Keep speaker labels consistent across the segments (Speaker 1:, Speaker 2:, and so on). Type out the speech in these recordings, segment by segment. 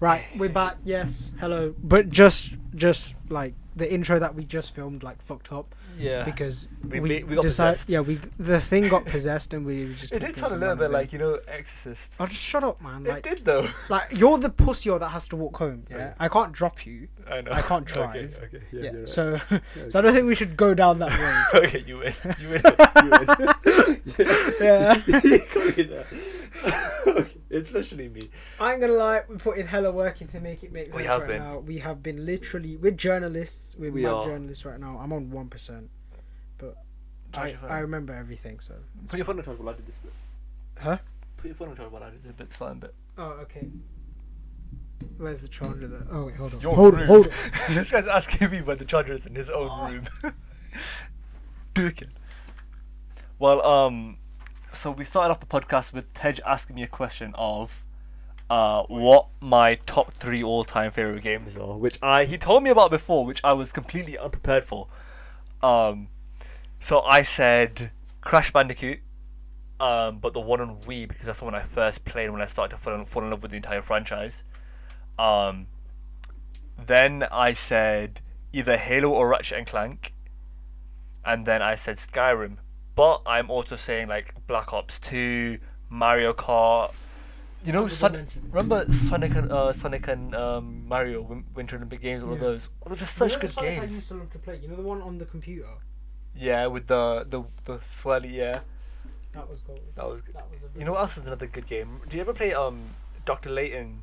Speaker 1: Right, we're back. Yes, hello. But just, just like the intro that we just filmed, like fucked up
Speaker 2: Yeah.
Speaker 1: because
Speaker 2: We- we- we got possessed.
Speaker 1: Yeah, Uh, we the thing got possessed, and we were just.
Speaker 2: it did
Speaker 1: talking
Speaker 2: sound a
Speaker 1: some
Speaker 2: little
Speaker 1: random
Speaker 2: bit
Speaker 1: thing.
Speaker 2: like, you know, Exorcist.
Speaker 1: Oh, just shut up, man!
Speaker 2: it
Speaker 1: Like,
Speaker 2: did though.
Speaker 1: like you're the pussy that has to walk home. Yeah,
Speaker 2: Yeah.
Speaker 1: I can't drop you.
Speaker 2: I know.
Speaker 1: I can't
Speaker 2: Okay,
Speaker 1: drive.
Speaker 2: okay. Yeah,
Speaker 1: Yeah,
Speaker 2: you're right.
Speaker 1: so, so I don't think we should go down that road.
Speaker 2: okay, you win. You win. You win.
Speaker 1: yeah,
Speaker 2: You can't be there. okay. Especially me.
Speaker 1: I ain't gonna lie. We put in hella work in to make it make sense
Speaker 2: have
Speaker 1: right
Speaker 2: been.
Speaker 1: now. We have been literally. We're journalists. We're
Speaker 2: We
Speaker 1: mad
Speaker 2: are.
Speaker 1: journalists right now. I'm on one percent, but
Speaker 2: Charge
Speaker 1: I,
Speaker 2: your phone.
Speaker 1: I remember everything. So
Speaker 2: Put your phone on charge while I do this bit.
Speaker 1: Huh?
Speaker 2: Put your phone on charge while I do this bit. Slime bit.
Speaker 1: Oh, okay. Where's the charger? That... Oh wait, hold on.
Speaker 2: Your
Speaker 1: hold,
Speaker 2: room.
Speaker 1: hold.
Speaker 2: this guy's asking me about the charger is in his own room. Dickhead. Well, um, so we started off the podcast with Tej asking me a question of, uh, what my top three all-time favorite games are, which I he told me about before, which I was completely unprepared for. Um, so I said Crash Bandicoot. Um, but the one on Wii because that's the one I first played when I started to fall in, fall in love with the entire franchise. Um, then I said either Halo or Ratchet and Clank, and then I said Skyrim. But I'm also saying like Black Ops Two, Mario Kart. You know,
Speaker 1: Other
Speaker 2: Son-
Speaker 1: dimensions.
Speaker 2: remember Sonic and uh, Sonic and um, Mario Win- Winter Olympic Games? All of
Speaker 1: Yeah.
Speaker 2: those. Oh, they're just such good
Speaker 1: I
Speaker 2: games.
Speaker 1: used to love to play. You know the one on the computer.
Speaker 2: Yeah, with the the the swirly. Yeah,
Speaker 1: That was gold.
Speaker 2: that was. Good.
Speaker 1: That was a.
Speaker 2: You know what else is another good game? Do you ever play um Doctor Layton?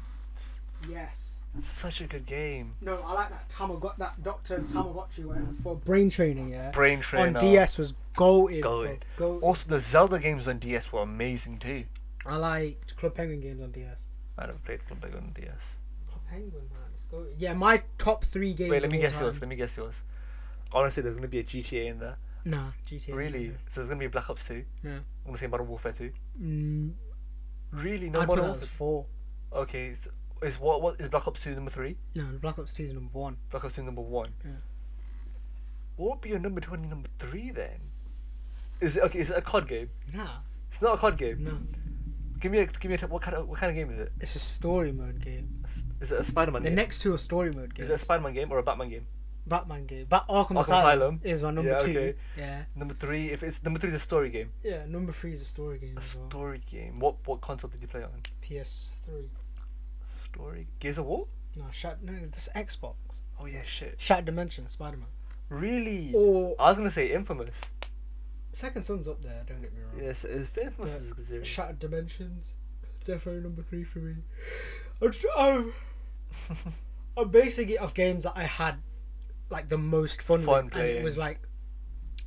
Speaker 1: Yes.
Speaker 2: Such a good game.
Speaker 1: No, I like that Tamagotchi, that Doctor Tamagotchi whatever, for brain training. Yeah.
Speaker 2: Brain Trainer.
Speaker 1: On DS was goated.
Speaker 2: Goated.
Speaker 1: Go.
Speaker 2: Also, the Zelda games on DS were amazing too.
Speaker 1: I liked Club Penguin games on DS.
Speaker 2: I never played Club Penguin on DS.
Speaker 1: Club Penguin, man, it's goated. Yeah, my top three games.
Speaker 2: Wait, let
Speaker 1: of
Speaker 2: me
Speaker 1: all
Speaker 2: guess
Speaker 1: time.
Speaker 2: yours. Let me guess yours. Honestly, there's gonna be a GTA in there.
Speaker 1: Nah, GTA.
Speaker 2: Really? So there's gonna be Black Ops 2.
Speaker 1: Yeah.
Speaker 2: I'm gonna say Modern Warfare 2.
Speaker 1: Mm,
Speaker 2: Really? No
Speaker 1: I'd put
Speaker 2: Modern
Speaker 1: it as
Speaker 2: Warfare.
Speaker 1: four.
Speaker 2: Okay. Is, is what? What is Black Ops 2 number three?
Speaker 1: No, Black Ops Two is number one.
Speaker 2: Black Ops 2 number one.
Speaker 1: Yeah.
Speaker 2: What would be your number two and number three then? Is it okay? Is it a COD game?
Speaker 1: Nah,
Speaker 2: It's not a COD game.
Speaker 1: no.
Speaker 2: Give me a give me a t- what kind of what kind of game is it?
Speaker 1: It's a story mode game.
Speaker 2: Is it a Spider-Man
Speaker 1: The
Speaker 2: game?
Speaker 1: next two are story mode
Speaker 2: Is
Speaker 1: games.
Speaker 2: it a Spider-Man game or a Batman game?
Speaker 1: Batman game. Bat Arkham,
Speaker 2: Arkham
Speaker 1: Asylum,
Speaker 2: Asylum.
Speaker 1: is my number
Speaker 2: Yeah,
Speaker 1: two.
Speaker 2: okay.
Speaker 1: Yeah.
Speaker 2: Number three, if it's number three, is a story game.
Speaker 1: Yeah. Number three is a story game
Speaker 2: A
Speaker 1: as well.
Speaker 2: story game. What what console did you play on?
Speaker 1: PS3.
Speaker 2: Story Gears of War?
Speaker 1: No, Shat. No, this is Xbox.
Speaker 2: Oh yeah, shit.
Speaker 1: Shattered Dimension, Spider Man.
Speaker 2: Really?
Speaker 1: Or
Speaker 2: I was gonna say Infamous.
Speaker 1: Second Son's up there. Don't get me wrong.
Speaker 2: Yes, it's Infamous is considered.
Speaker 1: Shattered Dimensions, definitely number three for me. I'm, tr- I'm, I'm basing it off games that I had like the most fun,
Speaker 2: Fun
Speaker 1: with, and
Speaker 2: playing.
Speaker 1: it was like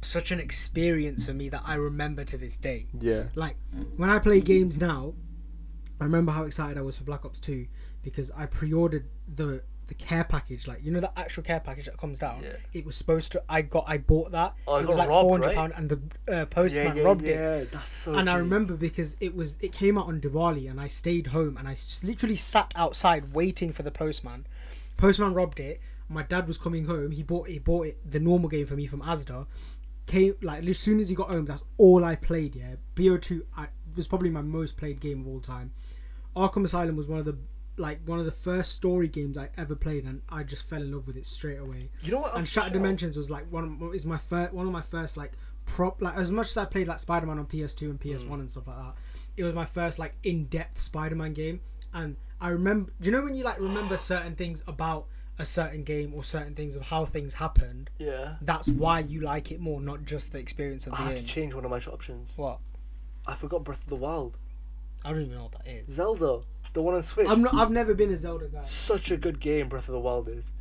Speaker 1: such an experience for me that I remember to this day.
Speaker 2: yeah.
Speaker 1: Like when I play games now, I remember how excited I was for Black Ops Two because I pre-ordered the the care package, like you know the actual care package that comes down.
Speaker 2: Yeah.
Speaker 1: It was supposed to. I got. I bought that.
Speaker 2: Oh, it
Speaker 1: it was
Speaker 2: got
Speaker 1: like
Speaker 2: robbed,
Speaker 1: four hundred
Speaker 2: right?
Speaker 1: pound, and the uh,
Speaker 2: Yeah,
Speaker 1: postman
Speaker 2: yeah,
Speaker 1: robbed it
Speaker 2: yeah. That's so.
Speaker 1: and I
Speaker 2: weird.
Speaker 1: remember because it was it came out on Diwali, and I stayed home, and I s- literally sat outside waiting for the postman. Postman robbed it. My dad was coming home. He bought he bought it the normal game for me from Asda. Came like as soon as he got home, that's all I played. Yeah, Bo2 I, was probably my most played game of all time. Arkham Asylum was one of the like one of the first story games I ever played, and I just fell in love with it straight away
Speaker 2: You know what?
Speaker 1: and
Speaker 2: else is
Speaker 1: Shattered
Speaker 2: shit?
Speaker 1: Dimensions was like one of, is my first one of my first like prop like as much as I played like Spider Man on PS2
Speaker 2: Mm.
Speaker 1: and PS1 and stuff like that. It was my first like in depth Spider Man game, and I remember. Do you know when you like remember certain things about a certain game or certain things of how things happened?
Speaker 2: Yeah.
Speaker 1: That's why you like it more, not just the experience of
Speaker 2: I
Speaker 1: the
Speaker 2: have to
Speaker 1: game.
Speaker 2: change one of my options.
Speaker 1: What?
Speaker 2: I forgot Breath of the Wild.
Speaker 1: I don't even know what that is.
Speaker 2: Zelda, the one on Switch.
Speaker 1: I'm not. I've never been a Zelda guy.
Speaker 2: such a good game Breath of the Wild is.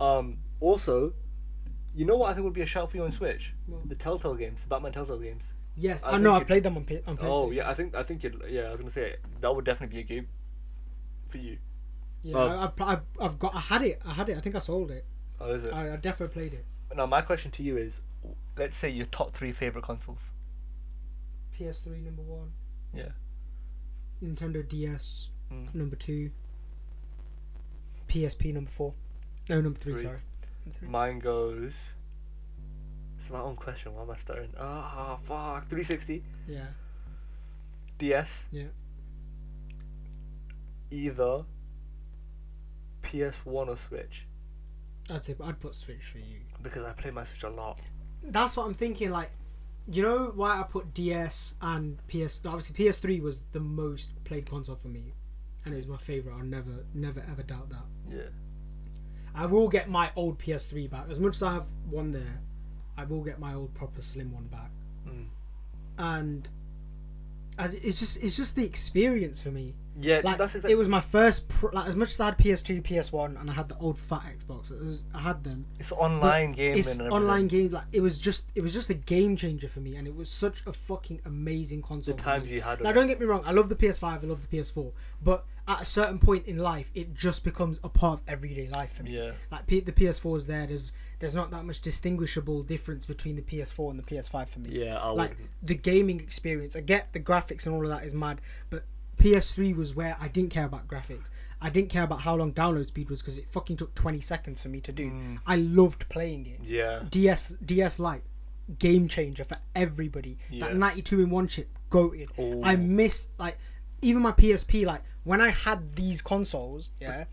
Speaker 2: Um, also, you know what I think would be a shout for you on Switch?
Speaker 1: What?
Speaker 2: The Telltale games, the Batman Telltale games.
Speaker 1: Yes,
Speaker 2: I
Speaker 1: I, know.
Speaker 2: think
Speaker 1: I
Speaker 2: it-
Speaker 1: played them on, P- on PlayStation.
Speaker 2: Oh yeah, I think I think you'd, yeah. I was gonna say that would definitely be a game for you.
Speaker 1: yeah.
Speaker 2: well-
Speaker 1: I- I've, pl- I've, I've got. I had it. I had it. I think I sold it.
Speaker 2: Oh, is it?
Speaker 1: I, I definitely played it.
Speaker 2: now my question to you is, let's say your top three favorite consoles.
Speaker 1: PS3 number one.
Speaker 2: Yeah.
Speaker 1: Nintendo DS
Speaker 2: Mm.
Speaker 1: number two. PSP number four. No, number three.
Speaker 2: Three.
Speaker 1: Sorry. Number three.
Speaker 2: Mine goes. It's my own question. Why am I starting? Ah, fuck. 360,
Speaker 1: Yeah.
Speaker 2: DS.
Speaker 1: Yeah.
Speaker 2: Either PS One or Switch
Speaker 1: I'd say I'd put Switch for you.
Speaker 2: because I play my Switch a lot.
Speaker 1: That's what I'm thinking. Like, you know why I put DS and PS? Obviously, PS3 was the most played console for me, and it was my favorite. I'll never, never, ever doubt that.
Speaker 2: Yeah.
Speaker 1: I will get my old PS3 back. As much as I have one there, I will get my old proper slim one back.
Speaker 2: Mm.
Speaker 1: And I, it's just it's just the experience for me.
Speaker 2: Yeah,
Speaker 1: Like
Speaker 2: that's exactly.
Speaker 1: it was my first. Pro, like as much as I had PS2, PS1, and I had the old fat Xbox, it was- I had them.
Speaker 2: it's online gaming.
Speaker 1: It's
Speaker 2: and everything.
Speaker 1: online games. Like it was just it was just a game changer for me, and it was such a fucking amazing console.
Speaker 2: The
Speaker 1: for me.
Speaker 2: times you had of
Speaker 1: Now
Speaker 2: it.
Speaker 1: don't get me wrong. I love the PS5. I love the PS4. But at a certain point in life, it just becomes a part of everyday life for me.
Speaker 2: Yeah.
Speaker 1: Like P- the PS4 is there. There's there's not that much distinguishable difference between the PS4 and the PS5 for me.
Speaker 2: Yeah, I
Speaker 1: like
Speaker 2: wouldn't.
Speaker 1: the gaming experience. I get the graphics and all of that is mad, but PS3 was where I didn't care about graphics. I didn't care about how long download speed was because it fucking took 20 seconds for me to do. I loved playing it.
Speaker 2: Mm. Yeah.
Speaker 1: DS DS Lite, game changer for everybody.
Speaker 2: Yeah.
Speaker 1: That 92 in one chip, goated.
Speaker 2: Ooh.
Speaker 1: I miss like even my PSP. Like when I had these consoles, yeah,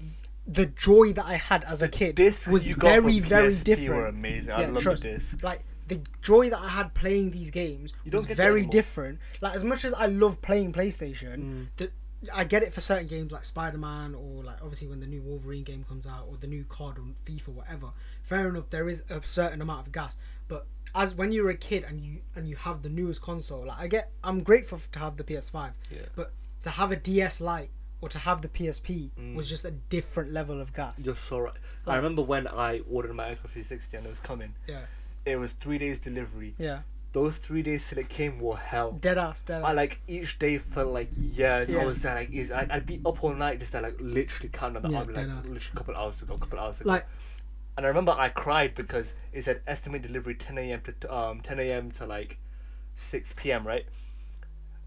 Speaker 1: the joy that I had as a kid
Speaker 2: discs
Speaker 1: was
Speaker 2: you got from
Speaker 1: very very
Speaker 2: PSP
Speaker 1: different.
Speaker 2: were amazing. I
Speaker 1: Yeah,
Speaker 2: love the
Speaker 1: trust-
Speaker 2: discs.
Speaker 1: Like the joy that I had playing these games
Speaker 2: don't
Speaker 1: was
Speaker 2: get that
Speaker 1: very
Speaker 2: anymore.
Speaker 1: different. Like as much as I love playing PlayStation,
Speaker 2: Mm.
Speaker 1: the I get it for certain games like Spider Man or like obviously when the new Wolverine game comes out or the new COD or FIFA whatever. Fair enough, there is a certain amount of gas, but as when you're a kid and you and you have the newest console, like I get, I'm grateful to have the PS5,
Speaker 2: Yeah.
Speaker 1: but to have a DS Lite or to have the PSP
Speaker 2: Mm.
Speaker 1: was just a different level of gas.
Speaker 2: You're so right. I remember when I ordered my Xbox 360 and it was coming.
Speaker 1: Yeah,
Speaker 2: It was three days delivery.
Speaker 1: yeah,
Speaker 2: Those three days till it came were hell.
Speaker 1: dead ass, dead ass.
Speaker 2: I like each day felt like years. I
Speaker 1: Yeah.
Speaker 2: was there, like, is I, I'd be up all night just there, like literally counting on the
Speaker 1: Yeah,
Speaker 2: hour, like
Speaker 1: dead ass.
Speaker 2: literally a couple hours ago, a couple hours ago.
Speaker 1: like
Speaker 2: and I remember I cried because it said estimated delivery 10 a.m. to um 10 a.m. to like 6 p.m. Right?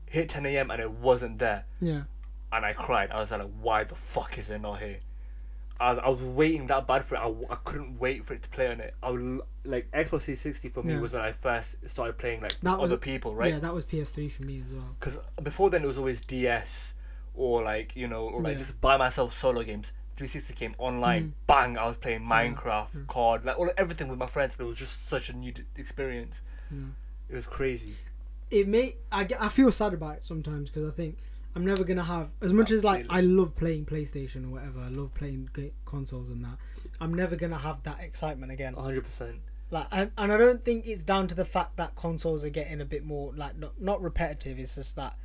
Speaker 2: Hit 10 a.m. and it wasn't there,
Speaker 1: yeah,
Speaker 2: and I cried. I was like, why the fuck is it not here? I was, I was waiting that bad for it. I, w- I couldn't wait for it to play on it. I would, l- like Xbox 360 for me
Speaker 1: Yeah.
Speaker 2: was when I first started playing like with
Speaker 1: That was-
Speaker 2: other people, right?
Speaker 1: yeah. That was PS3 for me as well.
Speaker 2: because before then it was always DS or like you know or like
Speaker 1: Yeah. Mm.
Speaker 2: just by myself solo games. 360 came online, bang! I was playing Minecraft, COD, like all everything with my friends. It was just such a new d- experience. It was crazy.
Speaker 1: it may I, get- I feel sad about it sometimes because I think I'm never gonna have as much as like I love playing PlayStation or whatever. I love playing g- consoles and that. I'm never gonna have that excitement again.
Speaker 2: 100. percent
Speaker 1: Like, and, and I don't think it's down to the fact that consoles are getting a bit more like not, not repetitive. It's just that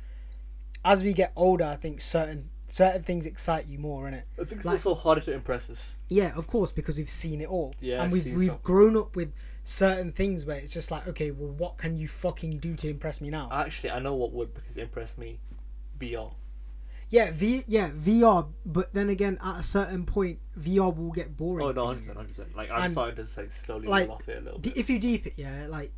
Speaker 1: as we get older, I think certain certain things excite you more, innit?
Speaker 2: I think it's
Speaker 1: Like-
Speaker 2: also harder to impress us.
Speaker 1: Yeah, of course, because we've seen it all.
Speaker 2: Yeah,
Speaker 1: and
Speaker 2: I've
Speaker 1: we've
Speaker 2: seen
Speaker 1: we've
Speaker 2: some.
Speaker 1: grown up with certain things where it's just like, okay, well, what can you fucking do to impress me now?
Speaker 2: Actually, I know what would because it impressed me. VR.
Speaker 1: Yeah, V yeah, VR, but then again at a certain point VR will get boring.
Speaker 2: Oh no,
Speaker 1: for
Speaker 2: 100,
Speaker 1: you.
Speaker 2: 100. Like I'm
Speaker 1: And-
Speaker 2: starting to just, like slowly
Speaker 1: like,
Speaker 2: roll off it a little
Speaker 1: D-
Speaker 2: bit.
Speaker 1: if you deep it, yeah, like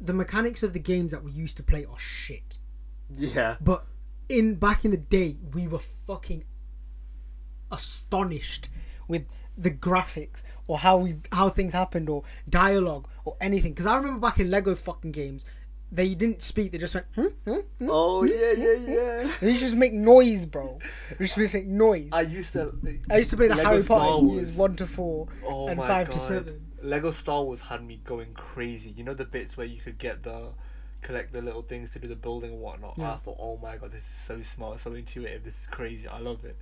Speaker 1: the mechanics of the games that we used to play are shit.
Speaker 2: Yeah.
Speaker 1: But in back in the day, we were fucking astonished with the graphics or how we how things happened or dialogue or anything. Because I remember back in Lego fucking games, they didn't speak; they just went, hmm? hmm? hmm?"
Speaker 2: Oh yeah, yeah, yeah.
Speaker 1: They just make noise, bro. They just make noise.
Speaker 2: I used to.
Speaker 1: I used to play the
Speaker 2: Lego
Speaker 1: Harry
Speaker 2: Star
Speaker 1: Potter years
Speaker 2: Wars.
Speaker 1: one to four
Speaker 2: Oh
Speaker 1: and
Speaker 2: my
Speaker 1: five
Speaker 2: god.
Speaker 1: to seven.
Speaker 2: Lego Star Wars had me going crazy. You know the bits where you could get the collect the little things to do the building and whatnot.
Speaker 1: Yeah.
Speaker 2: I thought, oh my god, this is so smart, so intuitive. This is crazy. I love it.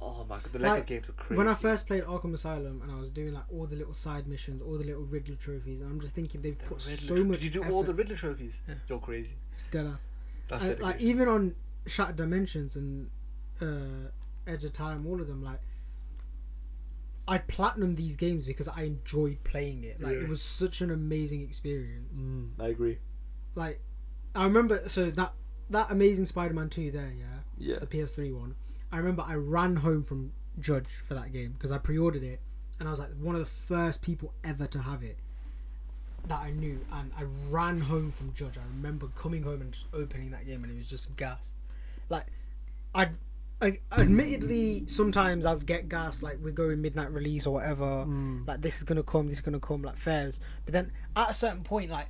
Speaker 2: Oh my god, the Lego
Speaker 1: Like,
Speaker 2: games are crazy.
Speaker 1: When I first played Arkham Asylum and I was doing like all the little side missions, all the little Riddler trophies, and I'm just thinking they've
Speaker 2: The
Speaker 1: put
Speaker 2: Riddler
Speaker 1: so
Speaker 2: tro-
Speaker 1: much.
Speaker 2: Did you do all the
Speaker 1: effort-
Speaker 2: Riddler trophies? You're crazy.
Speaker 1: Deadass.
Speaker 2: That's
Speaker 1: And,
Speaker 2: it.
Speaker 1: like even on Shattered Dimensions and uh, Edge of Time, all of them like. I platinum these games because I enjoyed playing it. Like
Speaker 2: Yeah.
Speaker 1: it was such an amazing experience.
Speaker 2: Mm, I agree.
Speaker 1: Like I remember so that that amazing Spider-Man 2 there, yeah.
Speaker 2: Yeah.
Speaker 1: the PS3 one. I remember I ran home from Judge for that game because I pre-ordered it, and I was like one of the first people ever to have it that I knew. And I ran home from Judge. I remember coming home and just opening that game, and it was just gas. Like, I, I admittedly sometimes I'll get gas. Like we're going midnight release or whatever. Like this is gonna come, this is gonna come. Like fairs, but then at a certain point, like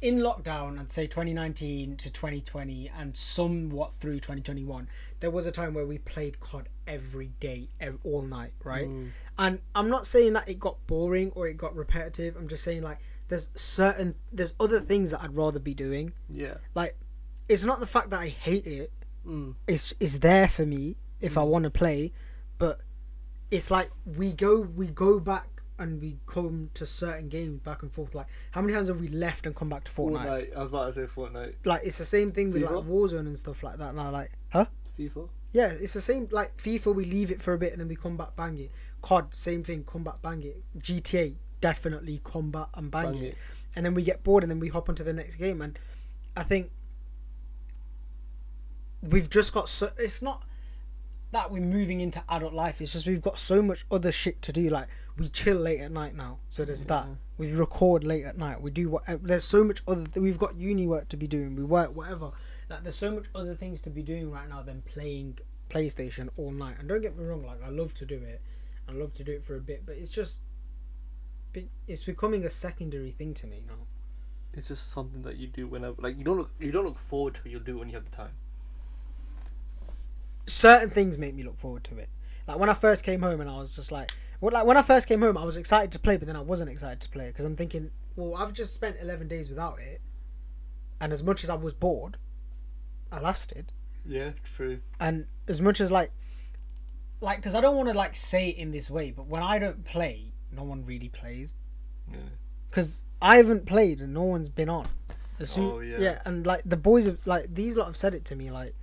Speaker 1: in lockdown and say 2019 to 2020 and somewhat through 2021 there was a time where we played cod every day ev- all night right and i'm not saying that it got boring or it got repetitive i'm just saying like there's certain there's other things that i'd rather be doing
Speaker 2: Yeah.
Speaker 1: like it's not the fact that i hate it it's it's there for me if i want to play but it's like we go we go back and we come to certain games back and forth. Like how many times have we left and come back to Fortnite?
Speaker 2: Fortnite. I was about to say Fortnite.
Speaker 1: Like it's the same thing with like
Speaker 2: FIFA?
Speaker 1: Warzone and stuff like that. Now like huh?
Speaker 2: FIFA.
Speaker 1: Yeah, it's the same. Like FIFA, we leave it for a bit and then we come back bang it. COD, same thing, come back bang it. GTA, definitely come back and bang,
Speaker 2: Bang
Speaker 1: it.
Speaker 2: it.
Speaker 1: And then we get bored and then we hop onto the next game. And I think we've just got so. It's not that we're moving into adult life. It's just we've got so much other shit to do. Like we chill late at night now, so there's that. We record late at night. We do what. uh, There's so much other. We've got uni work to be doing. We work whatever. Like there's so much other things to be doing right now than playing PlayStation all night. And don't get me wrong, like I love to do it. I love to do it for a bit, but it's just. be- It's becoming a secondary thing to me now.
Speaker 2: It's just something that you do whenever, like you don't look, you don't look forward to. it, You'll do it when you have the time.
Speaker 1: certain things make me look forward to it. Like when I first came home and I was just like, well, like when I first came home, I was excited to play, but then I wasn't excited to play because I'm thinking, well, I've just spent 11 days without it, and as much as I was bored, I lasted,
Speaker 2: Yeah, true.
Speaker 1: and as much as like, like because I don't want to like say it in this way, but when I don't play, no one really plays
Speaker 2: Yeah.
Speaker 1: because I haven't played and no one's been on. As soon-
Speaker 2: Oh, yeah.
Speaker 1: and like the boys have like these lot have said it to me like,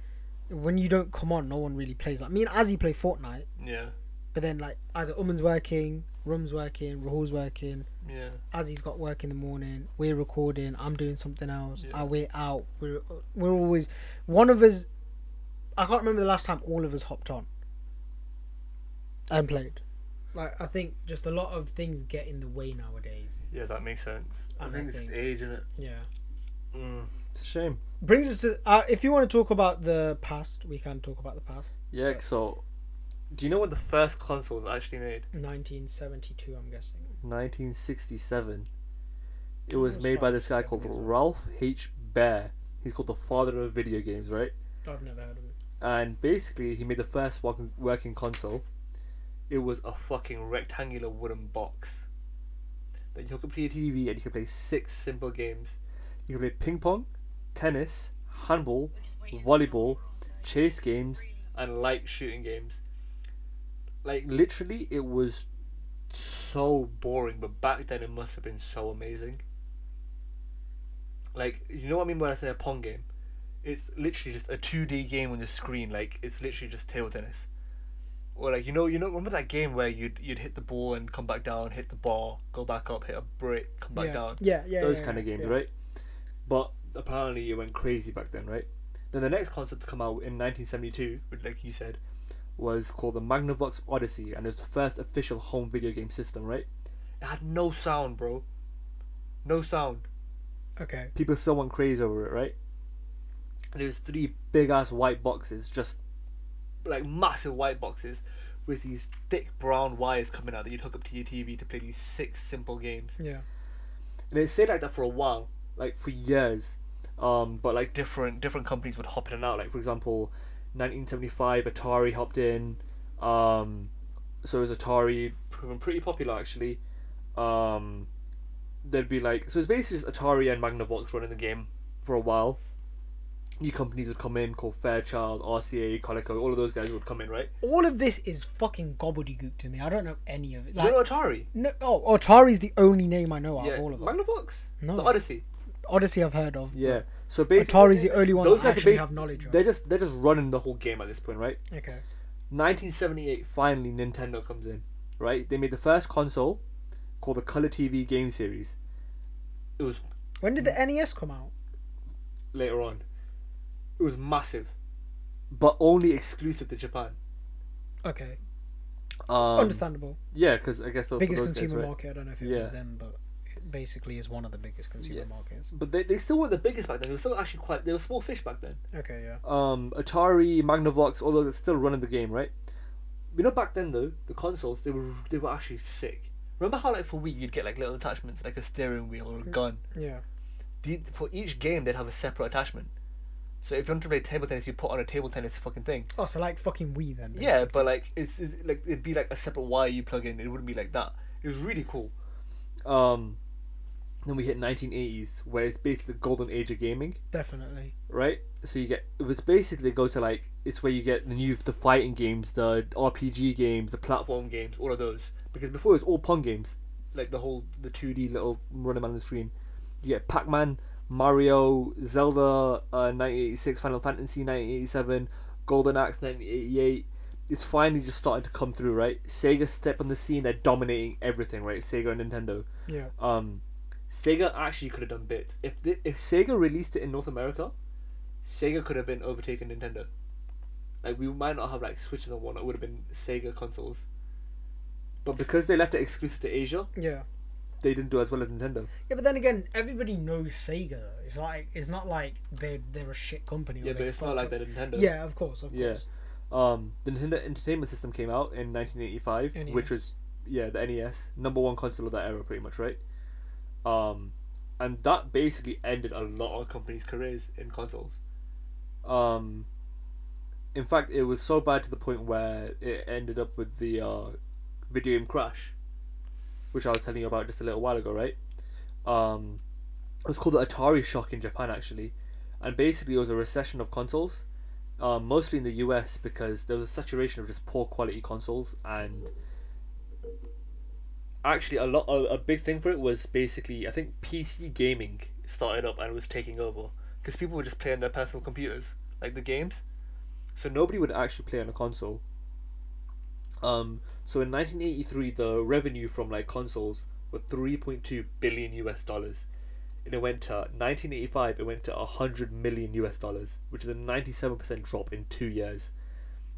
Speaker 1: when you don't come on, no one really plays. Like me and Azzy play Fortnite.
Speaker 2: Yeah.
Speaker 1: But then like either Uman's working, Rum's working, Rahul's working,
Speaker 2: Yeah.
Speaker 1: Azzy's got work in the morning, we're recording, I'm doing something else,
Speaker 2: Yeah.
Speaker 1: I wait out. We're we're always one of us I can't remember the last time all of us hopped on and played. Like I think just a lot of things get in the way nowadays.
Speaker 2: Yeah, that makes sense. I
Speaker 1: And I
Speaker 2: think it's
Speaker 1: think-
Speaker 2: the age, innit?
Speaker 1: Yeah.
Speaker 2: Mm. It's a shame.
Speaker 1: Brings us to uh, if you want to talk about the past, we can talk about the past.
Speaker 2: Yeah. So, do you know when the first console was actually made?
Speaker 1: 1972, I'm guessing.
Speaker 2: 1967. It
Speaker 1: Oh,
Speaker 2: was
Speaker 1: it's
Speaker 2: made by
Speaker 1: like
Speaker 2: this guy
Speaker 1: seven
Speaker 2: called
Speaker 1: years old.
Speaker 2: Ralph H. Baer. He's called the father of video games, right?
Speaker 1: I've never heard of it.
Speaker 2: And basically, he made the first working, working console. It was a fucking rectangular wooden box that you could play a TV and you could play six simple games. You could play ping pong, tennis, handball, volleyball, chase games, and light shooting games. Like literally, it was so boring, but back then it must have been so amazing. Like you know what I mean when I say a pong game? It's literally just a two D game on your screen. Like it's literally just table tennis. Or like you know you know remember that game where you'd you'd hit the ball and come back down, hit the ball, go back up, hit a brick, come back
Speaker 1: yeah.
Speaker 2: down
Speaker 1: Yeah, yeah.
Speaker 2: those
Speaker 1: yeah,
Speaker 2: kind of
Speaker 1: yeah,
Speaker 2: games,
Speaker 1: yeah.
Speaker 2: right? But apparently it went crazy back then, right? Then the next console to come out in 1972, which, like you said, was called the Magnavox Odyssey, and it was the first official home video game system, right? It had no sound, bro. No sound.
Speaker 1: Okay.
Speaker 2: People still went crazy over it, right? And it was three big ass white boxes, just like massive white boxes, with these thick brown wires coming out that you'd hook up to your TV to play these six simple games
Speaker 1: Yeah.
Speaker 2: and it stayed like that for a while, like for years. Um, but like different different companies would hop in and out. Like for example, 1975 Atari hopped in. Um, so it was Atari, proven pretty popular actually. Um, there'd be like so it's basically just Atari and Magnavox running the game for a while. New companies would come in called Fairchild, RCA, Coleco. All of those guys would come in, right?
Speaker 1: all of this is fucking gobbledygook to me. I don't know any of it.
Speaker 2: you
Speaker 1: Like,
Speaker 2: know Atari?
Speaker 1: no, oh, Atari's the only name I know out
Speaker 2: Yeah,
Speaker 1: of all of them.
Speaker 2: Magnavox.
Speaker 1: No.
Speaker 2: The Odyssey.
Speaker 1: Odyssey I've heard of.
Speaker 2: Yeah. So
Speaker 1: but
Speaker 2: basically,
Speaker 1: Atari's the only one
Speaker 2: those
Speaker 1: that I
Speaker 2: guys are
Speaker 1: actually
Speaker 2: basi-
Speaker 1: have knowledge of.
Speaker 2: They're just they're just running the whole game at this point, right?
Speaker 1: Okay.
Speaker 2: 1978, finally Nintendo comes in, right? They made the first console called the Color TV game series. It was
Speaker 1: When did the
Speaker 2: Mm.
Speaker 1: NES come out?
Speaker 2: later on. It was massive, but only exclusive to Japan.
Speaker 1: Okay.
Speaker 2: Um,
Speaker 1: Understandable.
Speaker 2: yeah, because I guess for
Speaker 1: Biggest
Speaker 2: those guys,
Speaker 1: consumer
Speaker 2: right?
Speaker 1: market. I don't know if it was
Speaker 2: Yeah.
Speaker 1: then, but it basically is one of the biggest consumer
Speaker 2: Yeah.
Speaker 1: markets.
Speaker 2: But they, they still weren't the biggest back then. They were still actually quite. They were small fish back then.
Speaker 1: Okay, yeah.
Speaker 2: um, Atari, Magnavox, all those are still running the game, right? You know, back then though, the consoles they were they were actually sick. Remember how like for Wii you'd get like little attachments like a steering wheel or a gun.
Speaker 1: Yeah.
Speaker 3: the, for each game they'd have a separate attachment. So if you want to play table tennis, you put on a table tennis fucking thing.
Speaker 1: Oh, so like fucking Wii then.
Speaker 3: Yeah, but like it's, it's like it'd be like a separate wire you plug in. It wouldn't be like that. It was really cool.
Speaker 2: Um, then we hit 1980s, where it's basically the golden age of gaming,
Speaker 1: Definitely.
Speaker 2: right? So you get it was basically go to like it's where you get the new the fighting games, the RPG games, the platform games, all of those. Because before it was all pong games, like the whole the 2D little running man on the screen. You get Pac-Man, Mario, Zelda, uh, 1986, Final Fantasy, 1987, Golden Axe, 1988. It's finally just starting to come through, right? Sega step on the scene, they're dominating everything, right? Sega and Nintendo
Speaker 1: Yeah.
Speaker 2: um, Sega actually could have done bits. If the, if Sega released it in North America, Sega could have been overtaken Nintendo. Like we might not have like Switches and whatnot. It would have been Sega consoles. But because they left it exclusive to Asia,
Speaker 1: Yeah.
Speaker 2: they didn't do as well as Nintendo.
Speaker 1: Yeah, but then again, everybody knows Sega. though. It's like it's not like they they're a shit company. Or
Speaker 2: Yeah,
Speaker 1: they
Speaker 2: but it's not
Speaker 1: fucked
Speaker 2: like
Speaker 1: up.
Speaker 2: that Nintendo.
Speaker 1: Yeah, of course, of
Speaker 2: Yeah.
Speaker 1: course.
Speaker 2: Um, the Nintendo Entertainment System came out in 1985,
Speaker 1: NES.
Speaker 2: which was yeah the NES number one console of that era, pretty much right. Um, and that basically ended a lot of companies' careers in consoles. Um, in fact, it was so bad to the point where it ended up with the uh, video game crash, which I was telling you about just a little while ago, right? Um, it was called the Atari Shock in Japan, actually, and basically it was a recession of consoles um, mostly in the US because there was a saturation of just poor quality consoles and actually a lot a, a big thing for it was basically I think PC gaming started up and was taking over because people were just playing their personal computers like the games so nobody would actually play on a console um, so in 1983 the revenue from like consoles were 3.2 billion US dollars and it went to 1985 it went to 100 million us dollars which is a 97% drop in two years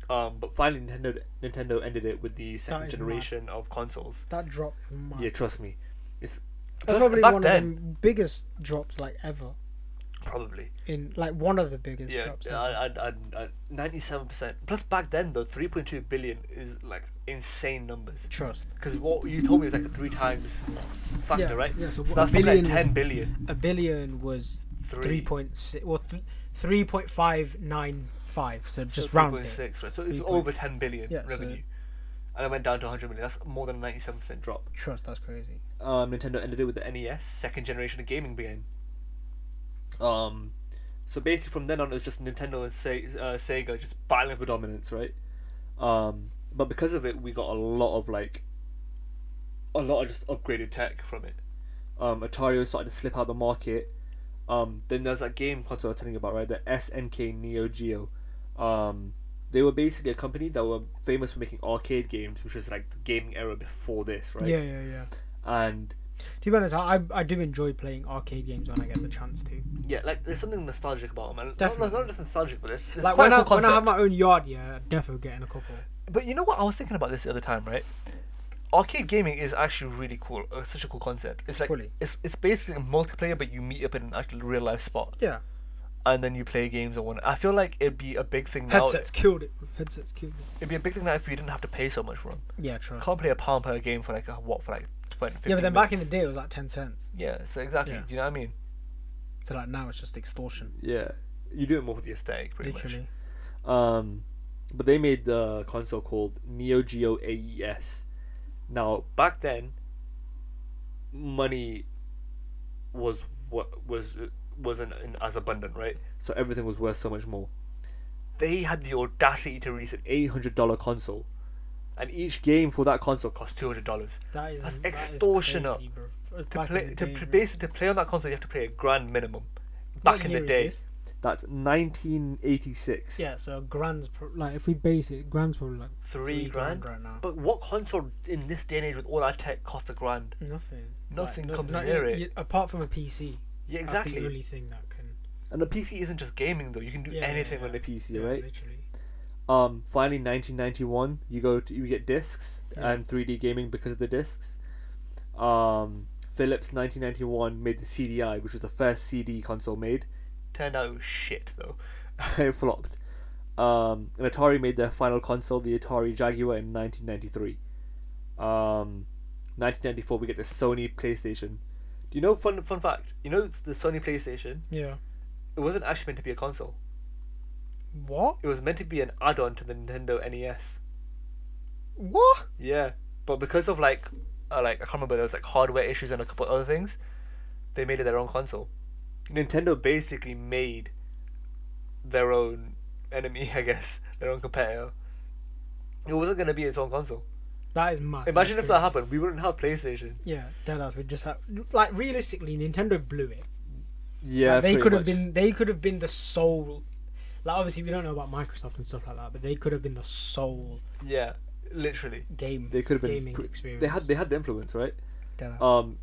Speaker 2: um, but finally nintendo nintendo ended it with the second
Speaker 1: is mad.
Speaker 2: generation of consoles
Speaker 1: That drop. is mad.
Speaker 2: yeah trust me it's
Speaker 3: Plus,
Speaker 1: That's probably
Speaker 3: back
Speaker 1: one
Speaker 3: then-
Speaker 1: of the biggest drops like ever
Speaker 3: Probably.
Speaker 1: in like one of the biggest
Speaker 3: Yeah,
Speaker 1: drops. ever.
Speaker 3: I, I, I, I, 97%. Plus, back then, though, 3.2 billion is like insane numbers.
Speaker 1: Trust.
Speaker 3: Because what you told me is like a three times factor,
Speaker 1: Yeah,
Speaker 3: right?
Speaker 1: yeah, so what-
Speaker 3: that's
Speaker 1: a
Speaker 3: probably like
Speaker 1: billion is-
Speaker 3: 10 billion.
Speaker 1: A billion was
Speaker 3: Three.
Speaker 1: three point six or th- three point five nine five. So just round it.
Speaker 3: 3.6, right? So it's
Speaker 1: Three point-
Speaker 3: over 10 billion
Speaker 1: Yeah, so-
Speaker 3: revenue. And I went down to 100 million. That's more than a 97% drop.
Speaker 1: Trust. That's crazy.
Speaker 2: um, nintendo ended it with the nes
Speaker 3: Yes, second generation of gaming began.
Speaker 2: um, so basically from then on it was just nintendo and Se- uh, sega just battling for dominance right um, but because of it we got a lot of like a lot of just upgraded tech from it um, Atari was starting to slip out the market. Um, then there's that game console I was telling you about, right? The SNK Neo Geo. Um, they were basically a company that were famous for making arcade games, which was like the gaming era before this, right?
Speaker 1: Yeah, yeah, yeah.
Speaker 2: And
Speaker 1: To be honest, I I- I do enjoy playing arcade games when I get the chance to.
Speaker 3: Yeah, like there's something nostalgic about them. And not,
Speaker 1: Definitely.
Speaker 3: not just nostalgic, but it's, it's
Speaker 1: Like
Speaker 3: quite
Speaker 1: when
Speaker 3: a
Speaker 1: I
Speaker 3: cool
Speaker 1: when I
Speaker 3: concept.
Speaker 1: have my own yard, yeah, I'd definitely getting a couple.
Speaker 3: But you know what? I was thinking about this the other time, right? Arcade gaming is actually really cool. uh, such a cool concept. It's like
Speaker 1: Fully.
Speaker 3: it's it's basically a multiplayer, but you meet up in an actual real life spot,
Speaker 1: Yeah,
Speaker 3: and then you play games or one. I feel like it'd be a big thing now.
Speaker 1: headsets killed it. Headsets killed it.
Speaker 3: It'd be a big thing now if you didn't have to pay so much for them.
Speaker 1: Yeah, trust.
Speaker 3: Can't play a pound per game for like a, what for like twenty.
Speaker 1: yeah,
Speaker 3: 15
Speaker 1: but then back in
Speaker 3: minutes.
Speaker 1: the day it was like ten cents.
Speaker 3: yeah, so exactly.
Speaker 1: Yeah.
Speaker 3: Do you know what I mean?
Speaker 1: So like now it's just extortion,
Speaker 2: yeah, you do it more
Speaker 3: With
Speaker 2: for
Speaker 3: the
Speaker 2: the.
Speaker 3: aesthetic, pretty much.
Speaker 1: literally.
Speaker 2: Um, but they made the console called Neo Geo AES. Now back then, money was what was
Speaker 3: Wasn't in- as abundant, right?
Speaker 2: so everything was worth so much more.
Speaker 3: They had the audacity to release an
Speaker 2: Eight hundred dollar console, and each game for that console cost
Speaker 3: two hundred dollars.
Speaker 1: That is
Speaker 3: That's
Speaker 1: that is
Speaker 3: extortionate.
Speaker 1: crazy, bro.
Speaker 3: To
Speaker 1: Back in
Speaker 3: play,
Speaker 1: the
Speaker 3: to
Speaker 1: day,
Speaker 3: pl-
Speaker 1: bro.
Speaker 3: basically to play on that console, you have to play a grand minimum. Back
Speaker 1: What
Speaker 3: in
Speaker 1: year
Speaker 3: the
Speaker 1: is
Speaker 3: day,
Speaker 1: this?
Speaker 2: That's 1986.
Speaker 1: Yeah, so grand's pro- like if we base it, grand's probably like
Speaker 3: three, grand.
Speaker 1: right now.
Speaker 3: But what console in this day and age with all our tech costs a grand?
Speaker 1: nothing.
Speaker 3: Nothing comes
Speaker 1: not
Speaker 3: near
Speaker 1: even-
Speaker 3: it.
Speaker 1: y- apart from a PC.
Speaker 3: Yeah,
Speaker 1: That's
Speaker 3: exactly.
Speaker 1: the only thing that can.
Speaker 3: And the PC isn't just gaming though; you can do
Speaker 1: Yeah,
Speaker 3: anything
Speaker 1: yeah,
Speaker 3: with
Speaker 1: yeah.
Speaker 3: the PC.
Speaker 2: PC,
Speaker 1: yeah,
Speaker 2: right?
Speaker 1: Literally.
Speaker 2: Um, finally, 1991, you go to you get discs
Speaker 1: Yeah.
Speaker 2: and 3D gaming because of the discs. Um, Philips 1991 made the CDI, which was the first CD console made.
Speaker 3: Turned out it was shit though.
Speaker 2: it flopped. Um, and Atari made their final console, the Atari Jaguar, in 1993. Um, 1994, we get the Sony PlayStation. Do you know fun fun fact? You know the Sony PlayStation.
Speaker 1: Yeah.
Speaker 2: It wasn't actually meant to be a console.
Speaker 1: What?
Speaker 2: It was meant to be an add-on to the Nintendo E NES.
Speaker 1: What?
Speaker 2: Yeah, but because of like, uh, like I can't remember there was like hardware issues and a couple other things, they made it their own console. Nintendo basically made their own enemy, I guess, their own competitor. It wasn't gonna be its own console.
Speaker 1: That is mad.
Speaker 2: Imagine
Speaker 1: That's
Speaker 2: if that happened, we wouldn't have PlayStation.
Speaker 1: crazy. Yeah, dead ass. We just have like realistically, Nintendo blew it.
Speaker 2: Yeah,
Speaker 1: Like, they could have been. They could have been the sole. Like obviously, we don't know about Microsoft and stuff like that, but they could have been the sole
Speaker 2: Yeah, literally.
Speaker 1: game.
Speaker 2: They could have been.
Speaker 1: gaming
Speaker 2: pr-
Speaker 1: experience.
Speaker 2: They had they had the influence, right?
Speaker 1: Dead ass.
Speaker 2: Um,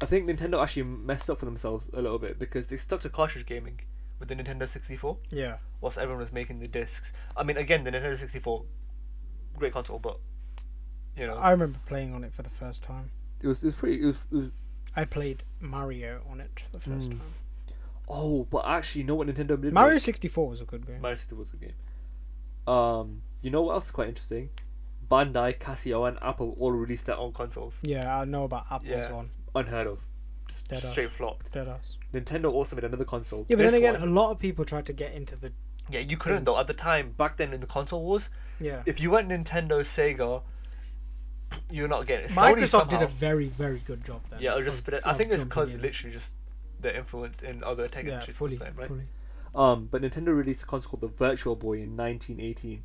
Speaker 2: I think Nintendo actually messed up for themselves a little bit because they stuck to cartridge gaming with the Nintendo 64
Speaker 1: yeah.
Speaker 2: whilst everyone was making the discs. I mean, again, the Nintendo 64, great console, but you know,
Speaker 1: I remember playing on it for the first time.
Speaker 2: it was it was pretty. It was, it was
Speaker 1: I played Mario on it the first
Speaker 2: Mm.
Speaker 1: time.
Speaker 2: oh, but actually, you know what Nintendo did?
Speaker 1: Mario
Speaker 2: make?
Speaker 1: 64 was a good game.
Speaker 2: Mario 64 was a good game. Um, you know what else is quite interesting? Bandai, Casio, and Apple all released their own consoles.
Speaker 1: Yeah, I know about Apple's
Speaker 2: Yeah.
Speaker 1: one.
Speaker 2: Unheard of. Just
Speaker 1: Dead on.
Speaker 2: straight flop.
Speaker 1: Dead ass.
Speaker 2: Nintendo also made another console.
Speaker 1: Yeah, but
Speaker 2: This
Speaker 1: then again,
Speaker 2: one-
Speaker 1: a Mm. lot of people tried to get into the.
Speaker 2: Yeah, you couldn't though. At the time, back then in the console wars,
Speaker 1: Yeah.
Speaker 2: if you went Nintendo, Sega, you're not getting it.
Speaker 1: Microsoft
Speaker 2: Sony
Speaker 1: did
Speaker 2: somehow-
Speaker 1: a very, very good job then.
Speaker 2: yeah, I just
Speaker 1: of-
Speaker 2: fit it. I
Speaker 1: of
Speaker 2: think it's
Speaker 1: jumping
Speaker 2: because
Speaker 1: in.
Speaker 2: literally just the influence in other tech
Speaker 1: Yeah,
Speaker 2: industries
Speaker 1: fully,
Speaker 2: playing, right?
Speaker 1: fully.
Speaker 2: Um, but Nintendo released a console called the Virtual Boy in 1918.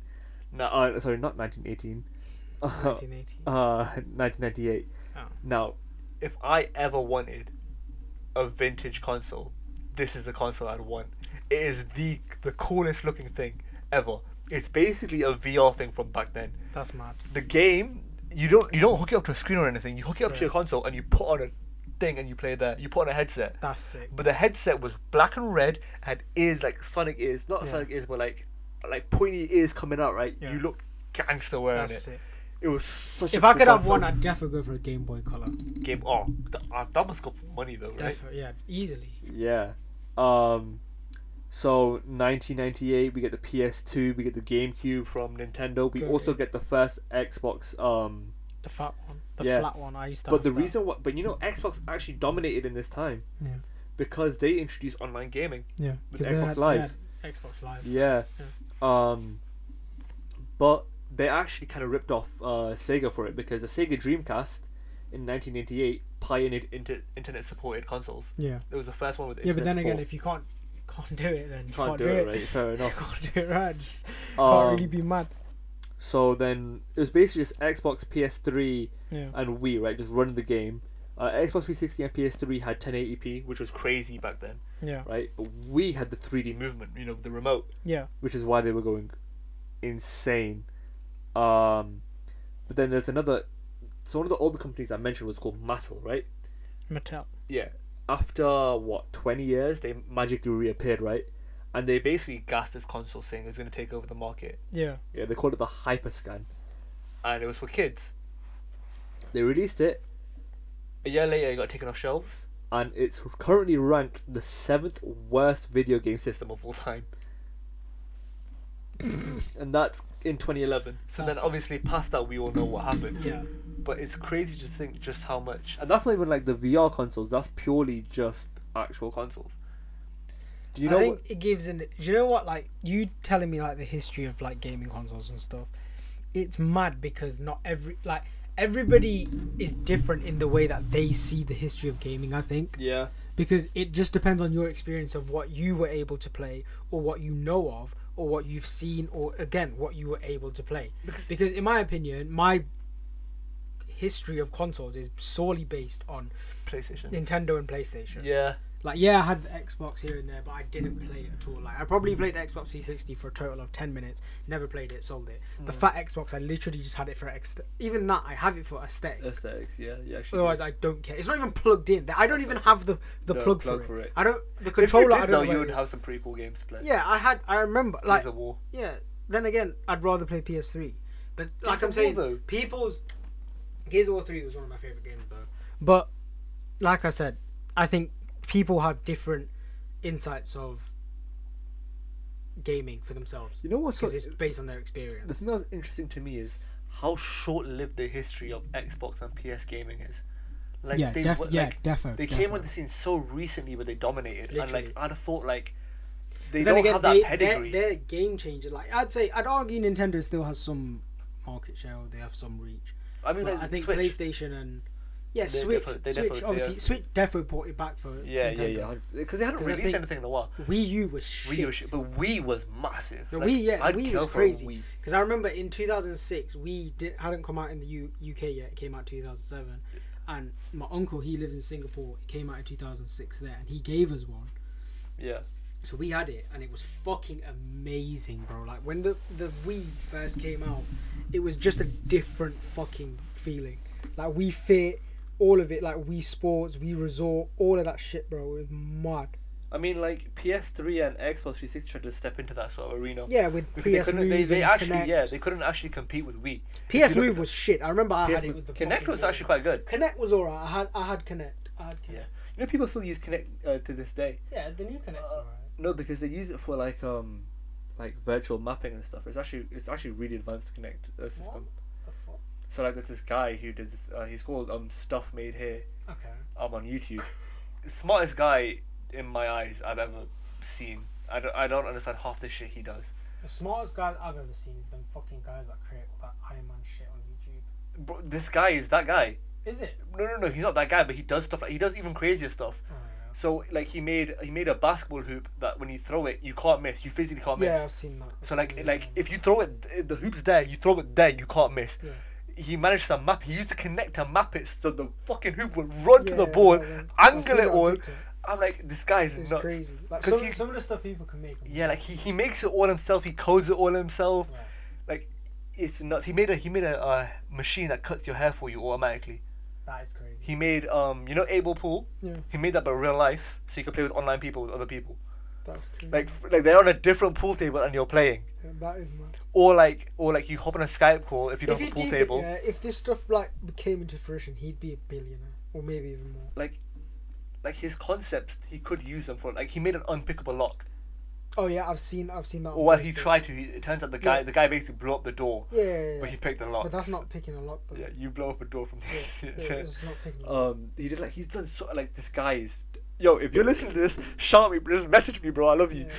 Speaker 2: No, uh, sorry, not 1918. Uh,
Speaker 1: 1980.
Speaker 2: uh, 1998.
Speaker 1: Oh.
Speaker 2: Now, if I ever wanted a vintage console, this is the console I'd want. It is the the coolest looking thing ever. It's basically a VR thing from back then.
Speaker 1: That's mad.
Speaker 2: The game you don't you don't hook it up to a screen or anything. You hook it up
Speaker 1: Right.
Speaker 2: to your console and you put on a thing and you play there. You put on a headset.
Speaker 1: That's sick.
Speaker 2: But the headset was black and red, had ears like Sonic ears, not
Speaker 1: Yeah.
Speaker 2: Sonic ears, but like like pointy ears coming out. Right,
Speaker 1: Yeah.
Speaker 2: you look gangster wearing
Speaker 1: That's
Speaker 2: it.
Speaker 1: sick.
Speaker 2: It was such. a
Speaker 1: If I
Speaker 2: cool
Speaker 1: could have
Speaker 2: console.
Speaker 1: one, I'd definitely go for a Game Boy Color.
Speaker 2: game. Oh, th- uh, that must go for money though, right?
Speaker 1: Definitely, yeah, easily.
Speaker 2: Yeah. Um. So 1998, we get the PS2, we get the GameCube from Nintendo. We
Speaker 1: Good.
Speaker 2: also get the first Xbox. Um.
Speaker 1: The fat one, the
Speaker 2: Yeah.
Speaker 1: flat one. I used to.
Speaker 2: But
Speaker 1: have
Speaker 2: the
Speaker 1: that.
Speaker 2: reason why, but you know, Xbox actually dominated in this time
Speaker 1: Yeah,
Speaker 2: because they introduced online gaming.
Speaker 1: yeah. 'Cause they
Speaker 2: Xbox
Speaker 1: had- they
Speaker 2: Live.
Speaker 1: had Xbox Live.
Speaker 2: Yeah.
Speaker 1: first,
Speaker 2: Um. But they actually kind of ripped off uh, Sega for it because the Sega Dreamcast in 1988 pioneered inter- internet-supported consoles.
Speaker 1: Yeah.
Speaker 2: It was the first one with
Speaker 1: Yeah,
Speaker 2: internet
Speaker 1: but then again,
Speaker 2: support.
Speaker 1: if you can't can't do it, then you
Speaker 2: can't, do it, right? Fair enough.
Speaker 1: can't do it right. Just
Speaker 2: Um,
Speaker 1: can't really be mad.
Speaker 2: So then it was basically just Xbox, PS3,
Speaker 1: Yeah.
Speaker 2: and Wii, right? Just running the game. Uh, Xbox 360 and PS3 had 1080p, which was crazy back then,
Speaker 1: Yeah.
Speaker 2: right? But we had the 3D movement, you know, the remote,
Speaker 1: Yeah.
Speaker 2: which is why they were going insane. Um, but then there's another. So one of the older companies I mentioned was called Mattel, right?
Speaker 1: Mattel.
Speaker 2: Yeah. After what 20 years, they magically reappeared, right? And they basically gassed this console, saying it's going to take over the market.
Speaker 1: Yeah.
Speaker 2: Yeah, they called it the Hyperscan. And it was for kids. They released it. A year later, it got taken off shelves. And it's currently ranked the seventh worst video game system of all time. and that's in 2011. So
Speaker 1: That's-
Speaker 2: then, obviously, past that, we all know what happened.
Speaker 1: Yeah.
Speaker 2: But it's crazy to think just how much. And that's not even like the VR consoles, that's purely just actual consoles. Do you know
Speaker 1: I
Speaker 2: what?
Speaker 1: think it gives an. Do you know what? Like you telling me like the history of like gaming consoles and stuff. It's mad because not every like everybody is different in the way that they see the history of gaming. I think
Speaker 2: Yeah.
Speaker 1: because it just depends on your experience of what you were able to play or what you know of or what you've seen or again what you were able to play. Because, in my opinion, my history of consoles is solely based on
Speaker 2: PlayStation.
Speaker 1: Nintendo and PlayStation.
Speaker 2: Yeah.
Speaker 1: Like yeah, I had the Xbox here and there, but I didn't play it at all. Like I probably played the Xbox 360 for a total of 10 minutes. Never played it, sold it. The fat Xbox, I literally just had it for ex. Even that, I have it for aesthetic.
Speaker 2: Aesthetics, yeah. yeah actually,
Speaker 1: Otherwise, I don't care. It's not even plugged in. I don't even have the, the
Speaker 2: No,
Speaker 1: plug,
Speaker 2: plug
Speaker 1: for,
Speaker 2: for
Speaker 1: it.
Speaker 2: it.
Speaker 1: I don't. The
Speaker 2: If you
Speaker 1: controller. I don't
Speaker 2: did, though,
Speaker 1: know
Speaker 2: you
Speaker 1: where
Speaker 2: would
Speaker 1: it is.
Speaker 2: have some pretty cool games to play.
Speaker 1: Yeah, I had. I remember. Like
Speaker 2: Gears of War.
Speaker 1: yeah. Then again, I'd rather play PS3. But like
Speaker 2: of
Speaker 1: I'm
Speaker 2: War,
Speaker 1: saying,
Speaker 2: though.
Speaker 1: people's Gears of War three was one of my favorite games though. But like I said, I think people have different insights of gaming for themselves.
Speaker 2: You know what's
Speaker 1: because
Speaker 2: so-
Speaker 1: it's based on their
Speaker 2: The
Speaker 1: experience.
Speaker 2: thing that's interesting to me is how short-lived the history of Xbox and PS gaming is. Like
Speaker 1: Yeah,
Speaker 2: they
Speaker 1: def-
Speaker 2: were-
Speaker 1: yeah,
Speaker 2: like,
Speaker 1: defo,
Speaker 2: They came
Speaker 1: defo.
Speaker 2: on the scene so recently, but they dominated. And
Speaker 1: Literally.
Speaker 2: like I'd have thought, like they
Speaker 1: then
Speaker 2: don't
Speaker 1: again,
Speaker 2: have that
Speaker 1: they,
Speaker 2: pedigree.
Speaker 1: They're, they're game changer. Like I'd say, I'd argue Nintendo still has some market share. Or they have some reach.
Speaker 2: I mean,
Speaker 1: But
Speaker 2: like
Speaker 1: I think
Speaker 2: Switch.
Speaker 1: PlayStation and yeah,
Speaker 2: They
Speaker 1: Switch.
Speaker 2: defo- they
Speaker 1: Switch
Speaker 2: defo-
Speaker 1: obviously,
Speaker 2: yeah.
Speaker 1: Switch defo brought it back for
Speaker 2: yeah, yeah,
Speaker 1: Nintendo.
Speaker 2: yeah, Because they hadn't
Speaker 1: 'Cause I
Speaker 2: released
Speaker 1: think
Speaker 2: anything in a while.
Speaker 1: Wii U was shit.
Speaker 2: Wii U, was shit, but Wii was massive.
Speaker 1: The
Speaker 2: Like,
Speaker 1: Wii, yeah,
Speaker 2: I'd
Speaker 1: the Wii
Speaker 2: kill
Speaker 1: was
Speaker 2: for a
Speaker 1: crazy.
Speaker 2: Wii.
Speaker 1: Because I remember in 2006, Wii did, hadn't come out in the U, UK yet. It came out 2007, and my uncle he lives in Singapore. It came out in 2006 there, and he gave us one.
Speaker 2: Yeah,
Speaker 1: So we had it, and it was fucking amazing, bro. Like when the the Wii first came out, it was just a different fucking feeling. Like Wii Fit, all of it, like Wii Sports, Wii Resort, all of that shit, bro. It was mad.
Speaker 2: I mean, like PS3 and Xbox 360 tried to step into that sort of arena.
Speaker 1: Yeah, with
Speaker 2: Because
Speaker 1: PS
Speaker 2: they couldn't-
Speaker 1: Move
Speaker 2: they, they
Speaker 1: and
Speaker 2: actually,
Speaker 1: Connect.
Speaker 2: yeah, they couldn't actually compete with Wii.
Speaker 1: PS
Speaker 2: If you look
Speaker 1: Move
Speaker 2: at
Speaker 1: was shit. I remember I
Speaker 2: the-
Speaker 1: had
Speaker 2: PS
Speaker 1: it with the
Speaker 2: Connect
Speaker 1: fucking
Speaker 2: was
Speaker 1: wall.
Speaker 2: actually quite good.
Speaker 1: Connect was alright. I had I had Connect. I had
Speaker 2: Yeah,
Speaker 1: Connect.
Speaker 2: you know, people still use Connect uh, to this day.
Speaker 1: Yeah, the new Connect's
Speaker 2: Uh,
Speaker 1: alright.
Speaker 2: No, because they use it for like um, like virtual mapping and stuff. It's actually it's actually really advanced Connect uh, system.
Speaker 1: The fuck?
Speaker 2: So like there's this guy who did this, uh, he's called um Stuff Made Here
Speaker 1: Okay.
Speaker 2: um on YouTube. Smartest guy in my eyes I've ever seen. I don't, I don't understand half the shit he does.
Speaker 1: The smartest guys I've ever seen is them fucking guys that create all that Iron Man shit on YouTube.
Speaker 2: Bro, this guy is that guy.
Speaker 1: Is it?
Speaker 2: No, no, no. He's not that guy, but he does stuff like he does even crazier stuff.
Speaker 1: Oh, yeah.
Speaker 2: So like he made he made a basketball hoop that when you throw it, you can't miss. You physically can't miss.
Speaker 1: Yeah, I've seen that. I've
Speaker 2: So
Speaker 1: seen
Speaker 2: like
Speaker 1: that,
Speaker 2: like
Speaker 1: yeah.
Speaker 2: if you throw it, the hoop's there. You throw it there, you can't miss.
Speaker 1: Yeah.
Speaker 2: He managed to map. He used to connect and map it so the fucking hoop would run to the
Speaker 1: Yeah,
Speaker 2: ball,
Speaker 1: I know. I've seen
Speaker 2: angle
Speaker 1: that
Speaker 2: it
Speaker 1: on
Speaker 2: all.
Speaker 1: TikTok.
Speaker 2: I'm like, this guy is
Speaker 1: It's
Speaker 2: nuts.
Speaker 1: crazy. Like
Speaker 2: 'Cause
Speaker 1: some,
Speaker 2: he-
Speaker 1: some of the stuff people can make.
Speaker 2: Yeah, like he, he makes it all himself. He codes it all himself.
Speaker 1: Yeah.
Speaker 2: Like it's nuts. He made a he made a uh, machine that cuts your hair for you automatically.
Speaker 1: That is crazy.
Speaker 2: He made um you know Able Pool.
Speaker 1: Yeah.
Speaker 2: He made that but real life, so you could play with online people with other people.
Speaker 1: That's crazy.
Speaker 2: Like f- like they're on a different pool table and you're playing,
Speaker 1: Yeah, that is mad.
Speaker 2: or like or like you hop on a Skype call if you don't
Speaker 1: If, he
Speaker 2: have a pool
Speaker 1: did,
Speaker 2: table.
Speaker 1: yeah, if this stuff like came into fruition, he'd be a billionaire or maybe even more.
Speaker 2: Like like his concepts, he could use them for like he made an unpickable lock.
Speaker 1: Oh yeah, I've seen I've seen that. on
Speaker 2: Or well, he
Speaker 1: Facebook.
Speaker 2: tried to. He, it turns out the guy
Speaker 1: Yeah.
Speaker 2: the guy basically blew up the door,
Speaker 1: Yeah, yeah, yeah.
Speaker 2: but he picked the lock.
Speaker 1: But that's not picking a lot. Though.
Speaker 2: Yeah, you blow up a door from
Speaker 1: Yeah,
Speaker 2: this.
Speaker 1: yeah, it's not picking a lot.
Speaker 2: um, he did like he's done so like this guy is. Yo, if you're listening to this, shout me, just message me, bro. I love you,
Speaker 1: Yeah,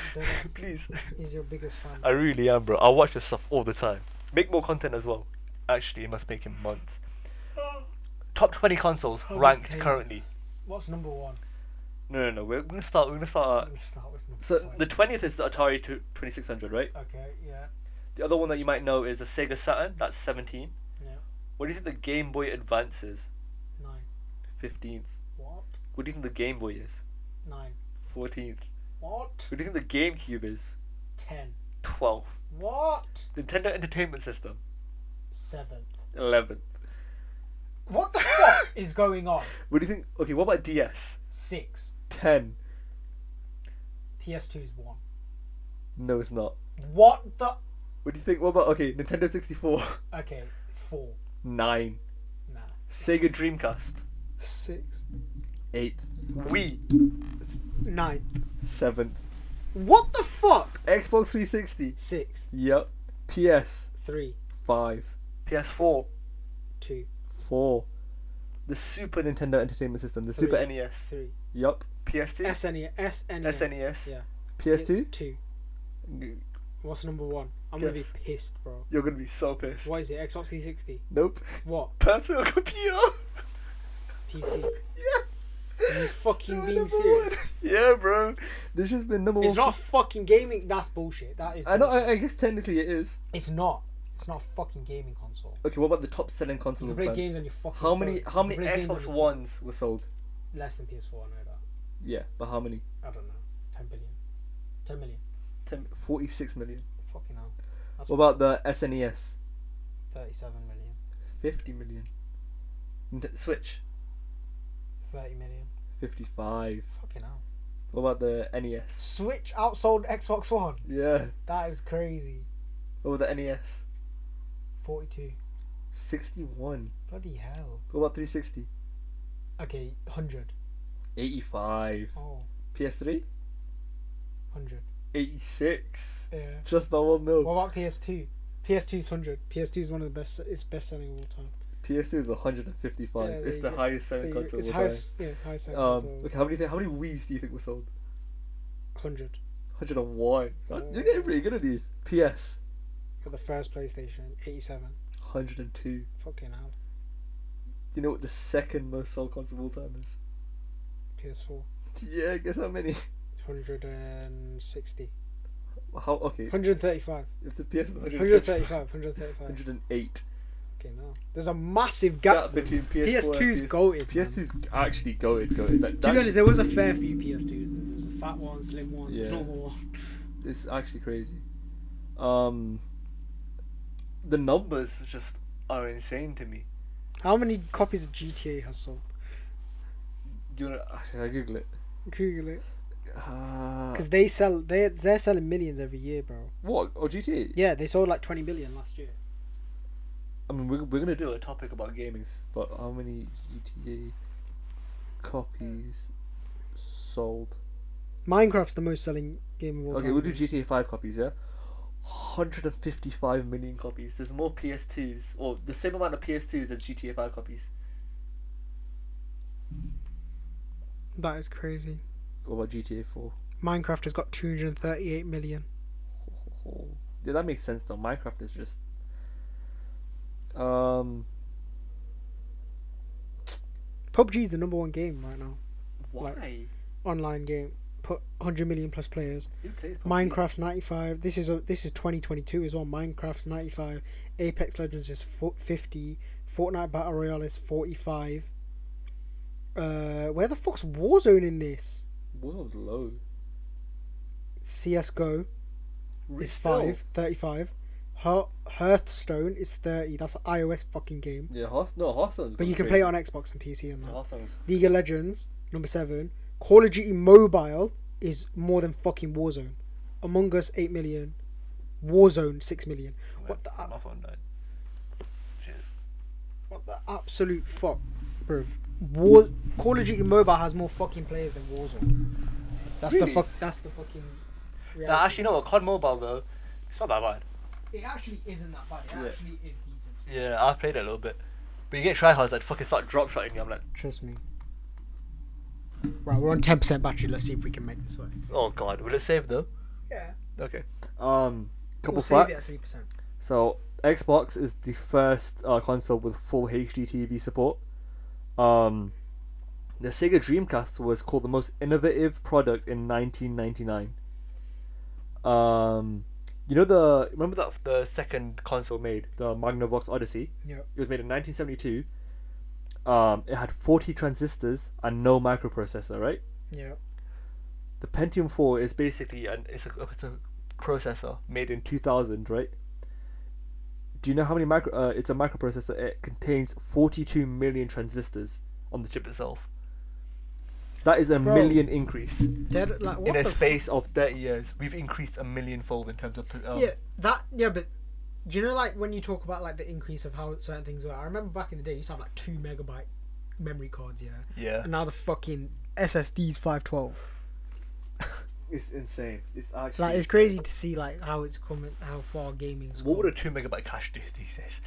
Speaker 1: don't.
Speaker 2: please.
Speaker 1: He's your biggest fan.
Speaker 2: I really am, bro. I watch this stuff all the time. Make more content as well. Actually, it must make in months. Top twenty consoles
Speaker 1: Oh,
Speaker 2: ranked
Speaker 1: okay.
Speaker 2: currently.
Speaker 1: What's number one?
Speaker 2: No, no, no. We're gonna start. We're gonna start. uh,
Speaker 1: Let me start with number
Speaker 2: So
Speaker 1: 20.
Speaker 2: the twentieth is the Atari twenty six hundred, right?
Speaker 1: Okay, yeah,
Speaker 2: The other one that you might know is the Sega Saturn. That's seventeen.
Speaker 1: yeah,
Speaker 2: What do you think the Game Boy Advance is?
Speaker 1: nine.
Speaker 2: Fifteenth.
Speaker 1: What?
Speaker 2: What do you think the Game Boy is?
Speaker 1: Nine.
Speaker 2: Fourteenth.
Speaker 1: What?
Speaker 2: What do you think the GameCube is?
Speaker 1: Ten.
Speaker 2: 12th.
Speaker 1: What?
Speaker 2: Nintendo Entertainment System,
Speaker 1: Seventh.
Speaker 2: 11th.
Speaker 1: What the fuck is going on?
Speaker 2: What do you think? Okay, what about DS?
Speaker 1: Six.
Speaker 2: 10.
Speaker 1: PS2 is one.
Speaker 2: No, it's not.
Speaker 1: What the?
Speaker 2: What do you think? What about, okay, Nintendo 64?
Speaker 1: Okay, four.
Speaker 2: 9.
Speaker 1: Nah.
Speaker 2: Sega Dreamcast?
Speaker 1: Six.
Speaker 2: 8th. Wii?
Speaker 1: Nine.
Speaker 2: 7th.
Speaker 1: What the fuck?
Speaker 2: Xbox 360?
Speaker 1: Six.
Speaker 2: Yep. PS?
Speaker 1: Three.
Speaker 2: 5. PS4?
Speaker 1: Two.
Speaker 2: 4. The Super Nintendo Entertainment System, the
Speaker 1: Three.
Speaker 2: Super E NES.
Speaker 1: Three.
Speaker 2: Yep. PS2?
Speaker 1: SNES.
Speaker 2: E
Speaker 1: SNES.
Speaker 2: SNES.
Speaker 1: Yeah.
Speaker 2: PS2?
Speaker 1: Two. What's number one? I'm gonna
Speaker 2: Guess.
Speaker 1: be pissed, bro.
Speaker 2: You're gonna be so pissed.
Speaker 1: What is it? Xbox 360.
Speaker 2: Nope.
Speaker 1: What?
Speaker 2: Personal computer?
Speaker 1: PC.
Speaker 2: yeah.
Speaker 1: Are you fucking
Speaker 2: Still
Speaker 1: being
Speaker 2: number
Speaker 1: serious?
Speaker 2: one. Yeah, bro. This has been number
Speaker 1: It's
Speaker 2: one.
Speaker 1: not fucking gaming. That's bullshit. That is.
Speaker 2: I know.
Speaker 1: bullshit.
Speaker 2: I, I guess technically it is.
Speaker 1: It's not. It's not a fucking gaming console.
Speaker 2: Okay, what about the top selling
Speaker 1: You
Speaker 2: consoles?
Speaker 1: can
Speaker 2: of
Speaker 1: play
Speaker 2: time?
Speaker 1: games on your fucking.
Speaker 2: How many?
Speaker 1: phone.
Speaker 2: How
Speaker 1: You
Speaker 2: many
Speaker 1: play games on
Speaker 2: Xbox
Speaker 1: your-
Speaker 2: Ones were sold?
Speaker 1: Less than PS4. I know that.
Speaker 2: Yeah, but how many?
Speaker 1: I don't know. Ten billion. Ten million.
Speaker 2: 10, 46 million.
Speaker 1: Fucking hell. That's
Speaker 2: What about the E SNES?
Speaker 1: thirty-seven million.
Speaker 2: Fifty million. N- Switch.
Speaker 1: Thirty million.
Speaker 2: Fifty-five.
Speaker 1: Fucking hell.
Speaker 2: What about the E NES?
Speaker 1: Switch outsold Xbox One.
Speaker 2: Yeah.
Speaker 1: That is crazy.
Speaker 2: What about the E NES?
Speaker 1: Forty-two.
Speaker 2: Sixty-one.
Speaker 1: Bloody hell.
Speaker 2: What about 360?
Speaker 1: Okay, hundred.
Speaker 2: 85.
Speaker 1: Oh,
Speaker 2: PS3?
Speaker 1: hundred.
Speaker 2: 86.
Speaker 1: Yeah.
Speaker 2: Just by one mil.
Speaker 1: Oh. What about PS2? PS2 is hundred. PS2 is one of the best. It's best selling of all time.
Speaker 2: PS2 is 155.
Speaker 1: Yeah, there
Speaker 2: it's
Speaker 1: you
Speaker 2: the
Speaker 1: go.
Speaker 2: highest selling
Speaker 1: It's
Speaker 2: console. of all
Speaker 1: highest, yeah, highest
Speaker 2: time.
Speaker 1: selling
Speaker 2: Um,
Speaker 1: console.
Speaker 2: look, how many th- how many Wii's do you think were sold?
Speaker 1: 100
Speaker 2: 101.
Speaker 1: Oh.
Speaker 2: God, You're getting pretty good at these. PS
Speaker 1: for the first PlayStation, 87.
Speaker 2: 102.
Speaker 1: Fucking hell.
Speaker 2: Do you know what the second most sold console of all time is?
Speaker 1: PS4,
Speaker 2: Yeah, guess how many?
Speaker 1: 160.
Speaker 2: How okay?
Speaker 1: 135.
Speaker 2: If the PS was 135,
Speaker 1: 135. 135.
Speaker 2: 108.
Speaker 1: Okay, now there's a massive
Speaker 2: Gap
Speaker 1: gap.
Speaker 2: between PS4
Speaker 1: PS2's
Speaker 2: and PS2.
Speaker 1: goated. man.
Speaker 2: PS2's actually going, going.
Speaker 1: To
Speaker 2: Like,
Speaker 1: be honest,
Speaker 2: that's,
Speaker 1: there was a fair few PS2s. There was a fat one, slim one,
Speaker 2: Yeah.
Speaker 1: normal one.
Speaker 2: it's actually crazy. Um, the numbers just
Speaker 4: Are insane to me.
Speaker 1: How many copies of GTA has sold?
Speaker 2: Do you wanna? ah, Should I Google it?
Speaker 1: Google it.
Speaker 2: Uh,
Speaker 1: Because they sell, they they're selling millions every year, bro.
Speaker 2: what? Oh, Or GTA?
Speaker 1: Yeah, they sold like 20 million last year.
Speaker 2: I mean, we're, we're gonna do a topic about gamings, but how many GTA copies
Speaker 1: Uh.
Speaker 2: sold?
Speaker 1: Minecraft's the most selling game of all
Speaker 2: Okay,
Speaker 1: time.
Speaker 2: we'll do GTA 5 copies, yeah? 155 million copies. There's more PS2s, or the same amount of PS2s as GTA 5 copies.
Speaker 1: That is crazy.
Speaker 2: What about GTA 4?
Speaker 1: Minecraft has got 238 million.
Speaker 2: Yeah, that makes sense though. Minecraft is just. Um.
Speaker 1: PUBG's the number one game right now.
Speaker 4: Why?
Speaker 1: Online game. Put 100 million plus players.
Speaker 4: Who plays PUBG?
Speaker 1: Minecraft's 95. This is a, this is 2022 as well. Minecraft's 95. Apex Legends is fo- 50. Fortnite Battle Royale is 45. Uh, where the fuck's Warzone in this?
Speaker 2: World low.
Speaker 1: CS:GO is
Speaker 2: Still.
Speaker 1: five, 35. Hearth- Hearthstone is 30. That's an iOS fucking game.
Speaker 2: Yeah, Hearth. No, Hearthstone's.
Speaker 1: But
Speaker 2: gone
Speaker 1: you can
Speaker 2: crazy.
Speaker 1: play it on Xbox and PC and that.
Speaker 2: Hearthstone's.
Speaker 1: League of Legends, number seven. Call of Duty Mobile is more than fucking Warzone. Among Us, 8 million. Warzone, 6 million. What the, ab-
Speaker 4: My phone died. Cheers.
Speaker 1: what the absolute fuck, bruv? War, Call of Duty Mobile has more fucking players than Warzone. That's
Speaker 4: Really?
Speaker 1: the fuck. That's the fucking. Reality.
Speaker 4: Nah, actually, no. what, COD Mobile though, it's not that bad.
Speaker 1: it actually isn't that bad. It
Speaker 2: Yeah.
Speaker 1: actually is decent.
Speaker 4: Yeah, I played it a little bit, but you get tryhards that fucking start drop shotting you. I'm like,
Speaker 1: Trust me. Right, we're on ten percent battery. Let's see if we can make this work.
Speaker 4: oh god, will it save though?
Speaker 1: Yeah.
Speaker 4: Okay.
Speaker 2: Um. Couple
Speaker 1: We'll save
Speaker 2: facts.
Speaker 1: it at three percent.
Speaker 2: So Xbox is the first uh, console with full HD TV support. Um, the Sega Dreamcast was called the most innovative product in 1999. Um, you know the remember that the second console made the Magnavox Odyssey.
Speaker 1: Yeah.
Speaker 2: It was made in 1972. Um, it had 40 transistors and no microprocessor, right?
Speaker 1: Yeah.
Speaker 2: The Pentium 4 is basically an it's a, it's a processor made in 2000, right? Do you know how many micro? Uh, it's a microprocessor. It contains 42 million transistors on the chip itself. That is a
Speaker 1: Bro.
Speaker 2: million increase
Speaker 1: Dead, like, what
Speaker 4: in
Speaker 1: the
Speaker 4: a
Speaker 1: fuck?
Speaker 4: space of 30 years, we've increased a million fold in terms of. Um,
Speaker 1: Yeah, that yeah, but do you know like when you talk about like the increase of how certain things were? I remember back in the day you used to have like two megabyte memory cards, yeah.
Speaker 4: Yeah.
Speaker 1: And now the fucking SSD's five twelve.
Speaker 2: It's insane. It's actually
Speaker 1: Like it's crazy to see like how it's coming, how far gaming's.
Speaker 4: What would a
Speaker 1: come.
Speaker 4: two megabyte cache do these days?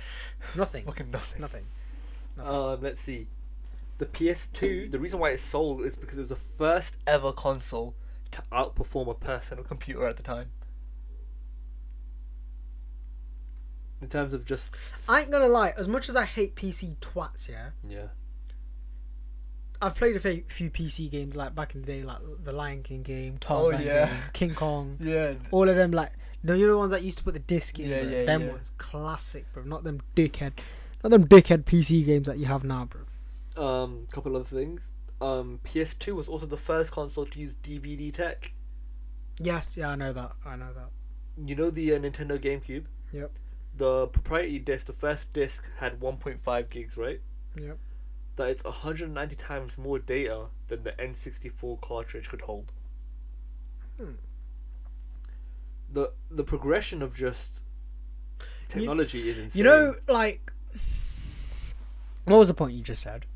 Speaker 1: nothing,
Speaker 4: Fucking nothing.
Speaker 1: nothing.
Speaker 2: Um, let's see.
Speaker 4: The PS2, the reason why it's sold is because it was the first ever console to outperform a personal computer at the time.
Speaker 2: In terms of just
Speaker 1: I ain't gonna lie. As much as I hate PC twats, yeah,
Speaker 2: yeah,
Speaker 1: I've played a fe- few PC games like back in the day, like the Lion King game, Tarzan
Speaker 4: Oh, yeah.
Speaker 1: game, King Kong,
Speaker 4: Yeah.
Speaker 1: all of them. Like the you know the ones that used to put the disc in.
Speaker 4: Yeah,
Speaker 1: bro?
Speaker 4: yeah,
Speaker 1: them
Speaker 4: yeah.
Speaker 1: ones, classic, bro. Not them dickhead, not them dickhead PC games that you have now, bro.
Speaker 2: um, couple other things. Um, PS2 was also the first console to use DVD tech.
Speaker 1: Yes, yeah, I know that. I know that.
Speaker 2: You know the uh, Nintendo GameCube.
Speaker 1: Yep,
Speaker 2: the proprietary disc, the first disc had 1.5 gigs, right?
Speaker 1: yep.
Speaker 2: That is 190 times more data than the N64 cartridge could hold.
Speaker 1: Hmm.
Speaker 2: The the progression of just technology is insane.
Speaker 1: You know, like, what was the point you just said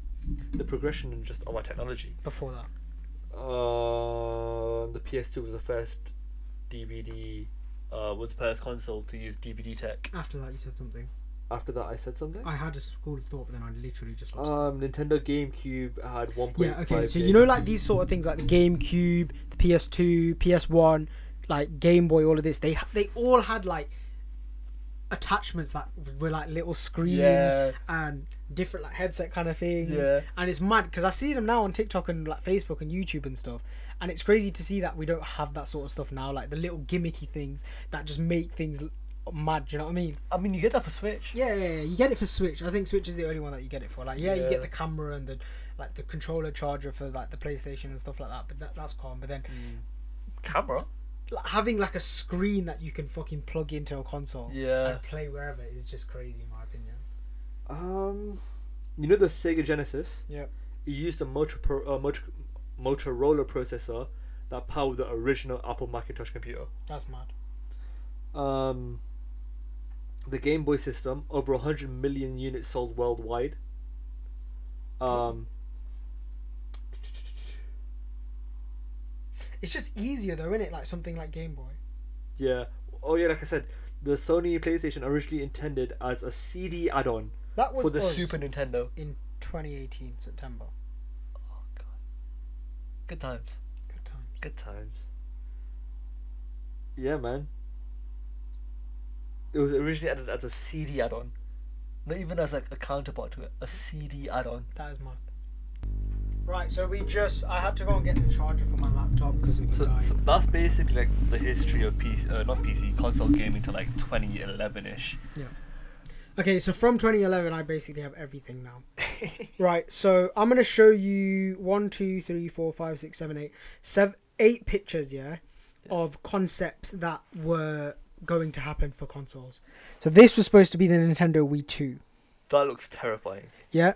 Speaker 2: the progression in just of our technology.
Speaker 1: before that?
Speaker 2: Um, the PS2 was the first DVD, uh, was the first console to use DVD tech.
Speaker 1: After that, you said something.
Speaker 5: after that I said something?
Speaker 1: I had a school of thought, but then I literally just lost. it.
Speaker 5: Um, Nintendo GameCube had one point.
Speaker 1: Oh, yeah. Okay. So you know, like these sort of things, like the GameCube, the PS2, PS1, like Game Boy, all of this. They ha- they all had like attachments that were like little screens
Speaker 2: Yeah.
Speaker 1: and different like headset kind of things.
Speaker 2: Yeah.
Speaker 1: And it's mad because I see them now on TikTok and like Facebook and YouTube and stuff. And it's crazy to see that we don't have that sort of stuff now. Like the little gimmicky things that just make things l- mad. Do you know what I mean?
Speaker 2: I mean, you get that for Switch.
Speaker 1: Yeah, yeah, yeah. You get it for Switch. I think Switch is the only one that you get it for. Like, yeah, you
Speaker 2: Yeah.
Speaker 1: get the camera and the like the controller charger for like the PlayStation and stuff like that. But that, that's calm. But then
Speaker 2: Camera.
Speaker 1: like, having like a screen that you can fucking plug into a console
Speaker 2: Yeah.
Speaker 1: and play wherever is just crazy in my opinion.
Speaker 5: Um, you know the Sega Genesis.
Speaker 1: Yep.
Speaker 5: It used a motor pro, uh, motor, Motorola processor that powered the original Apple Macintosh computer.
Speaker 1: That's mad.
Speaker 5: Um, the Game Boy system over 100 million units sold worldwide. Um,
Speaker 1: It's just easier though, isn't it? Like something like Game Boy.
Speaker 5: yeah. Oh yeah, like I said, the Sony PlayStation originally intended as a CD add-on
Speaker 1: That was
Speaker 5: for the
Speaker 1: us
Speaker 5: Super
Speaker 2: Super Nintendo.
Speaker 1: in 2018 September.
Speaker 2: Oh god. Good times.
Speaker 1: Good times.
Speaker 2: Good times.
Speaker 5: Yeah, man.
Speaker 2: It was originally added as a CD add-on, not even as like a counterpart to it. A CD add-on.
Speaker 1: That is mad. Right, so we just I had to go and get the charger for my laptop because it was
Speaker 2: So,
Speaker 1: dying.
Speaker 2: so that's basically like the history of PC, uh, not PC, console gaming to like 2011ish.
Speaker 1: Yeah. Okay, so from 2011, I basically have everything now. right, so I'm going to show you one, two, three, four, five, six, seven, eight, seven, eight pictures, yeah, of concepts that were going to happen for consoles. So this was supposed to be the Nintendo Wii 2,
Speaker 2: That looks terrifying.
Speaker 1: yeah?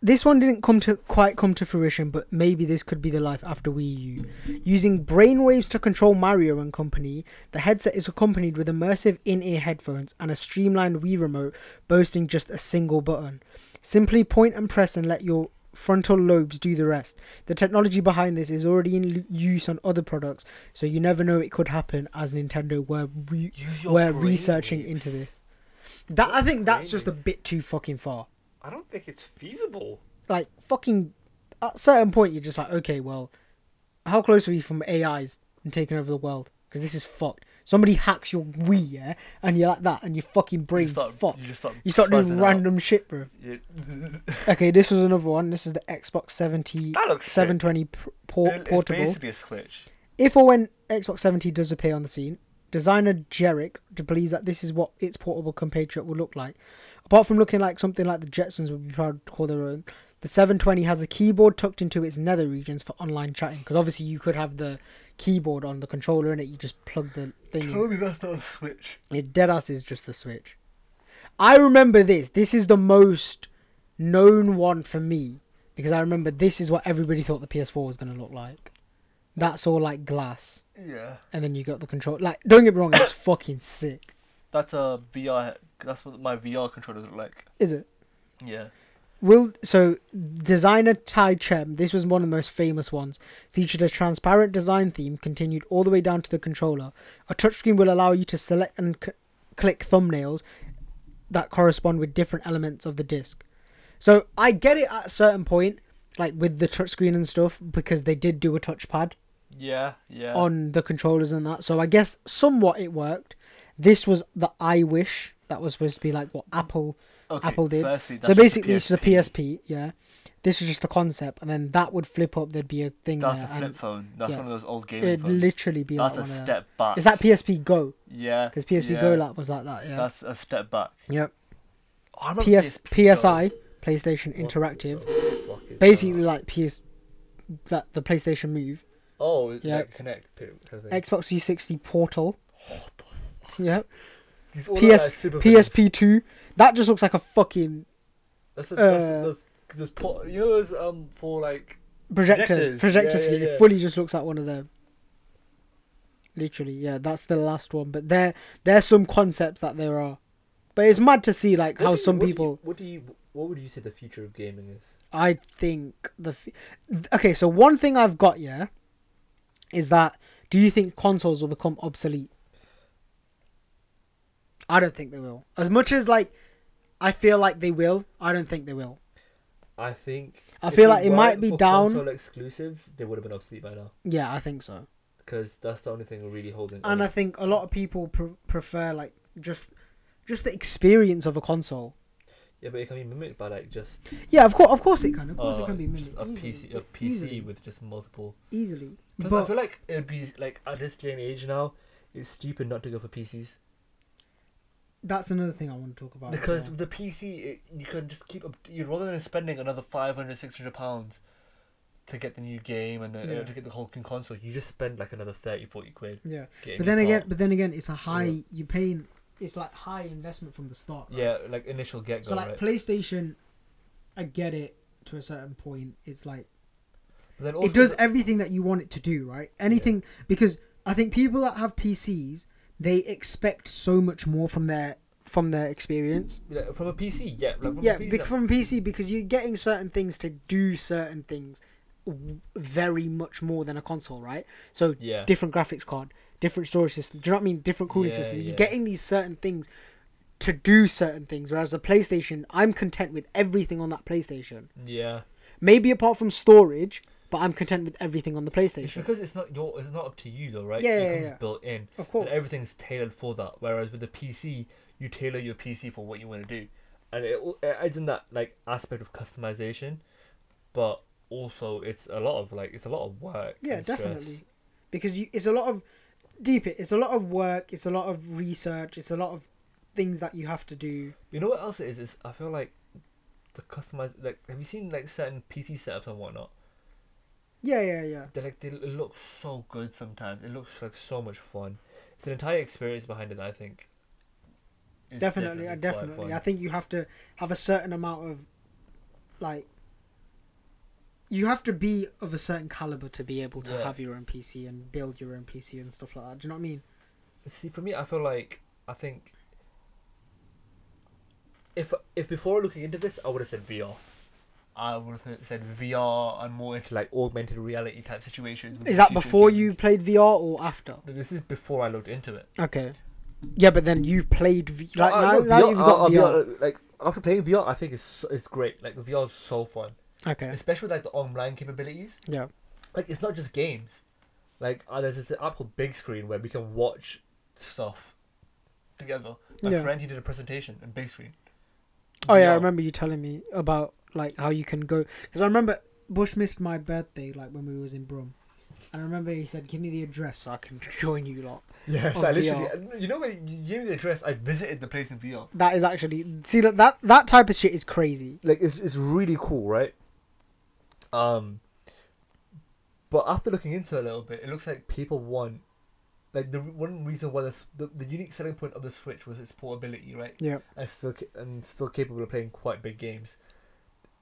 Speaker 1: This one didn't come to quite come to fruition, but maybe this could be the life after Wii U. Using brainwaves to control Mario and company, the headset is accompanied with immersive in-ear headphones and a streamlined Wii remote boasting just a single button. Simply point and press and let your frontal lobes do the rest. The technology behind this is already in l- use on other products, so you never know it could happen as Nintendo were re-
Speaker 2: Use your
Speaker 1: were researching
Speaker 2: brainwaves.
Speaker 1: into this. That I think that's just a
Speaker 5: brainwaves?
Speaker 1: bit too fucking far
Speaker 5: I don't think it's feasible.
Speaker 1: like fucking at a certain point you're just like okay well how close are we from ais and taking over the world because this is fucked somebody hacks your wii yeah and you're like that and your fucking brain's
Speaker 2: start-
Speaker 1: fucked
Speaker 2: you just start
Speaker 1: doing
Speaker 2: spazzing out.
Speaker 1: random shit bro
Speaker 2: Yeah.
Speaker 1: okay this was another one this is the xbox 70
Speaker 2: That looks sick.
Speaker 1: 720 pr- por-
Speaker 2: It- it's
Speaker 1: portable
Speaker 2: basically a Switch.
Speaker 1: if or when Xbox 70 does appear on the scene, designer Jerick believes that this is what its portable compatriot will look like. Apart from looking like something like the Jetsons would be proud to call their own, the 720 has a keyboard tucked into its nether regions for online chatting. Because obviously you could have the keyboard on the controller and it you just plug the thing in.
Speaker 2: me that's not a Switch.
Speaker 1: It deadass is just the Switch. I remember this. This is the most known one for me because I remember this is what everybody thought the PS4 was going to look like. That's all like glass
Speaker 2: Yeah.
Speaker 1: and then you got the control. Like, don't get me wrong, it's fucking sick.
Speaker 2: That's a VR. That's what my VR controllers look like.
Speaker 1: Is it?
Speaker 2: Yeah.
Speaker 1: Will so designer Tai Chem, this was one of the most famous ones, featured a transparent design theme continued all the way down to the controller. A touchscreen will allow you to select and c- click thumbnails that correspond with different elements of the disc. So I get it at a certain point, like with the touchscreen and stuff, because they did do a touchpad.
Speaker 2: Yeah. Yeah.
Speaker 1: on the controllers and that. So I guess somewhat it worked. This was the I wish that was supposed to be like what Apple
Speaker 2: Okay,
Speaker 1: Apple did.
Speaker 2: firstly, that's
Speaker 1: so
Speaker 2: just a
Speaker 1: basically, it's the
Speaker 2: PSP.
Speaker 1: PSP. Yeah, this is just the concept, and then that would flip up. There'd be a thing
Speaker 2: that's
Speaker 1: there,
Speaker 2: a flip
Speaker 1: and
Speaker 2: phone. That's
Speaker 1: yeah.
Speaker 2: one of those old gaming
Speaker 1: it'd
Speaker 2: phones.
Speaker 1: literally be
Speaker 2: That's
Speaker 1: like
Speaker 2: a
Speaker 1: one of
Speaker 2: step back.
Speaker 1: Is that PSP Go?
Speaker 2: Yeah.
Speaker 1: Because PSP
Speaker 2: yeah.
Speaker 1: Go like was like that. Yeah.
Speaker 2: That's a step back.
Speaker 1: yep.
Speaker 2: Oh, I remember
Speaker 1: PS
Speaker 2: PSP
Speaker 1: PSI PlayStation Interactive.
Speaker 5: Fuck is
Speaker 1: Basically, like PS that the PlayStation Move,
Speaker 5: that? Oh, it's
Speaker 1: Yeah.
Speaker 5: like Connect. Kind of thing.
Speaker 1: Xbox 360 Portal.
Speaker 2: Oh,
Speaker 1: Yep.
Speaker 5: These all look like
Speaker 1: PS
Speaker 5: super things.
Speaker 1: PSP two. That just looks like a fucking
Speaker 5: That's, a,
Speaker 1: uh,
Speaker 5: that's, that's, cause there's por- you know those um for like
Speaker 1: projectors.
Speaker 5: Projectors,
Speaker 1: Projector
Speaker 5: yeah, yeah,
Speaker 1: screen. It
Speaker 5: yeah.
Speaker 1: fully just looks like one of them. Literally, yeah. That's the last one. But there, there's some concepts that there are. But it's mad to see like
Speaker 5: What
Speaker 1: how
Speaker 5: do you-
Speaker 1: some
Speaker 5: what do you-
Speaker 1: people.
Speaker 5: what do you what would you say the future of gaming is?
Speaker 1: I think the. F- okay, so one thing I've got yeah, is that do you think consoles will become obsolete? I don't think they will. As much as like, I feel like they will. I don't think they will.
Speaker 2: I think.
Speaker 1: I
Speaker 2: if
Speaker 1: feel like it might
Speaker 2: weren't
Speaker 1: be
Speaker 2: for
Speaker 1: down-
Speaker 2: Console exclusives, they would have been obsolete by now
Speaker 1: Yeah, I think so.
Speaker 2: because that's the only thing we're really holding.
Speaker 1: And I
Speaker 2: on.
Speaker 1: think a lot of people pr- prefer like just, just the experience of a console.
Speaker 2: yeah, but it can be mimicked by like just.
Speaker 1: Yeah, of course, of course it can. Of course
Speaker 2: uh,
Speaker 1: it can be
Speaker 2: just
Speaker 1: mimicked
Speaker 2: a
Speaker 1: easily,
Speaker 2: PC, a PC
Speaker 1: easily,
Speaker 2: with just multiple.
Speaker 1: easily.
Speaker 2: Plus, I
Speaker 1: But
Speaker 2: feel like it'd be like at this day and age now, it's stupid not to go for PCs
Speaker 1: that's another thing I want to talk about. as
Speaker 6: Because
Speaker 1: well.
Speaker 6: with the PC, it, you can just keep up. You rather than spending another 500, 600 pounds to get the new game and the,
Speaker 1: Yeah.
Speaker 6: to get the whole new
Speaker 2: so
Speaker 6: console, you
Speaker 2: you just spend like another 30, 40 quid.
Speaker 1: yeah, but
Speaker 2: getting your
Speaker 1: then again,
Speaker 2: part.
Speaker 1: but then again, it's a high. You're paying. It's like high investment from the start. right?
Speaker 2: yeah, like initial get go.
Speaker 1: So like
Speaker 2: right?
Speaker 1: PlayStation, I get it to a certain point. It's like
Speaker 2: But then
Speaker 1: it does everything that you want it to do, right? Anything because I think people that have PCs they expect so much more from their from their experience.
Speaker 2: like, from a PC, yeah, like from
Speaker 1: yeah,
Speaker 2: a PC,
Speaker 1: bec- from PC because you're getting certain things to do certain things w- very much more than a console, right? So
Speaker 2: Yeah.
Speaker 1: different graphics card, different storage system. Do you know what I mean? Different cooling
Speaker 2: Yeah,
Speaker 1: system. You're
Speaker 2: yeah.
Speaker 1: getting these certain things to do certain things, whereas the PlayStation, I'm content with everything on that PlayStation.
Speaker 2: yeah,
Speaker 1: Maybe apart from storage, but I'm content with everything on the
Speaker 2: It's
Speaker 1: PlayStation.
Speaker 2: because it's not your, it's not up to you though, right?
Speaker 1: Yeah,
Speaker 2: it
Speaker 1: yeah,
Speaker 2: comes
Speaker 1: yeah.
Speaker 2: built in.
Speaker 1: Of course.
Speaker 2: And everything's tailored for that. Whereas with the PC, you tailor your PC for what you want to do, and it, al- it adds in that like aspect of customization, but also it's a lot of like it's a lot of work.
Speaker 1: Yeah,
Speaker 2: and stress.
Speaker 1: definitely. Because you, it's a lot of deep. It, it's a lot of work. It's a lot of research. It's a lot of things that you have to do.
Speaker 2: You know what else it is? Is I feel like the customize like have you seen like certain PC setups and whatnot?
Speaker 1: Yeah, yeah, yeah.
Speaker 2: They like they it looks so good sometimes. It looks like so much fun. It's an entire experience behind it. I think. It's
Speaker 1: definitely, I
Speaker 2: quite
Speaker 1: definitely.
Speaker 2: fun.
Speaker 1: I think you have to have a certain amount of, like. You have to be of a certain caliber to be able to
Speaker 2: Yeah.
Speaker 1: have your own PC and build your own PC and stuff like that. Do you know what I mean?
Speaker 2: See, for me, I feel like I think if if before looking into this, I would have said VR. I would have said VR. I'm more into like augmented reality type situations. with
Speaker 1: Is that
Speaker 2: future
Speaker 1: before
Speaker 2: gaming.
Speaker 1: you played VR or after?
Speaker 2: No, This is before I looked into it.
Speaker 1: Okay. Yeah, but then you've played V like
Speaker 2: Uh,
Speaker 1: now,
Speaker 2: no,
Speaker 1: now
Speaker 2: VR,
Speaker 1: you've got
Speaker 2: uh,
Speaker 1: VR.
Speaker 2: Like after playing VR, I think it's so, it's great. Like VR is so fun,
Speaker 1: Okay.
Speaker 2: especially with, like the online capabilities.
Speaker 1: Yeah.
Speaker 2: Like it's not just games. Like uh, there's this app called Big Screen where we can watch stuff together. My
Speaker 1: Yeah.
Speaker 2: friend he did a presentation in Big Screen.
Speaker 1: Oh yeah, I
Speaker 2: VR.
Speaker 1: remember you telling me about like how you can go because I remember Bush missed my birthday like when we was in Brum. And I remember he said, "Give me the address so I can join you lot."
Speaker 2: Yes,
Speaker 1: on
Speaker 2: I literally. You know when you gave me the address, I visited the place in VR.
Speaker 1: That is actually see that that, that type of shit is crazy.
Speaker 2: Like it's it's really cool, right? Um. But after looking into it a little bit, it looks like people want, like the one reason why the s- the, the unique selling point of the Switch was its portability, right?
Speaker 1: Yeah.
Speaker 2: And still ca- and still capable of playing quite big games.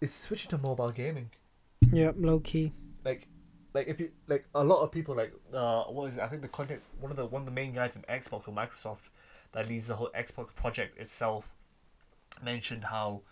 Speaker 2: It's switching to mobile gaming.
Speaker 1: Yeah, low key.
Speaker 2: like like if you like a lot of people like uh what is it? I think the content one of the one of the main guys in Xbox or Microsoft that leads the whole Xbox project itself mentioned how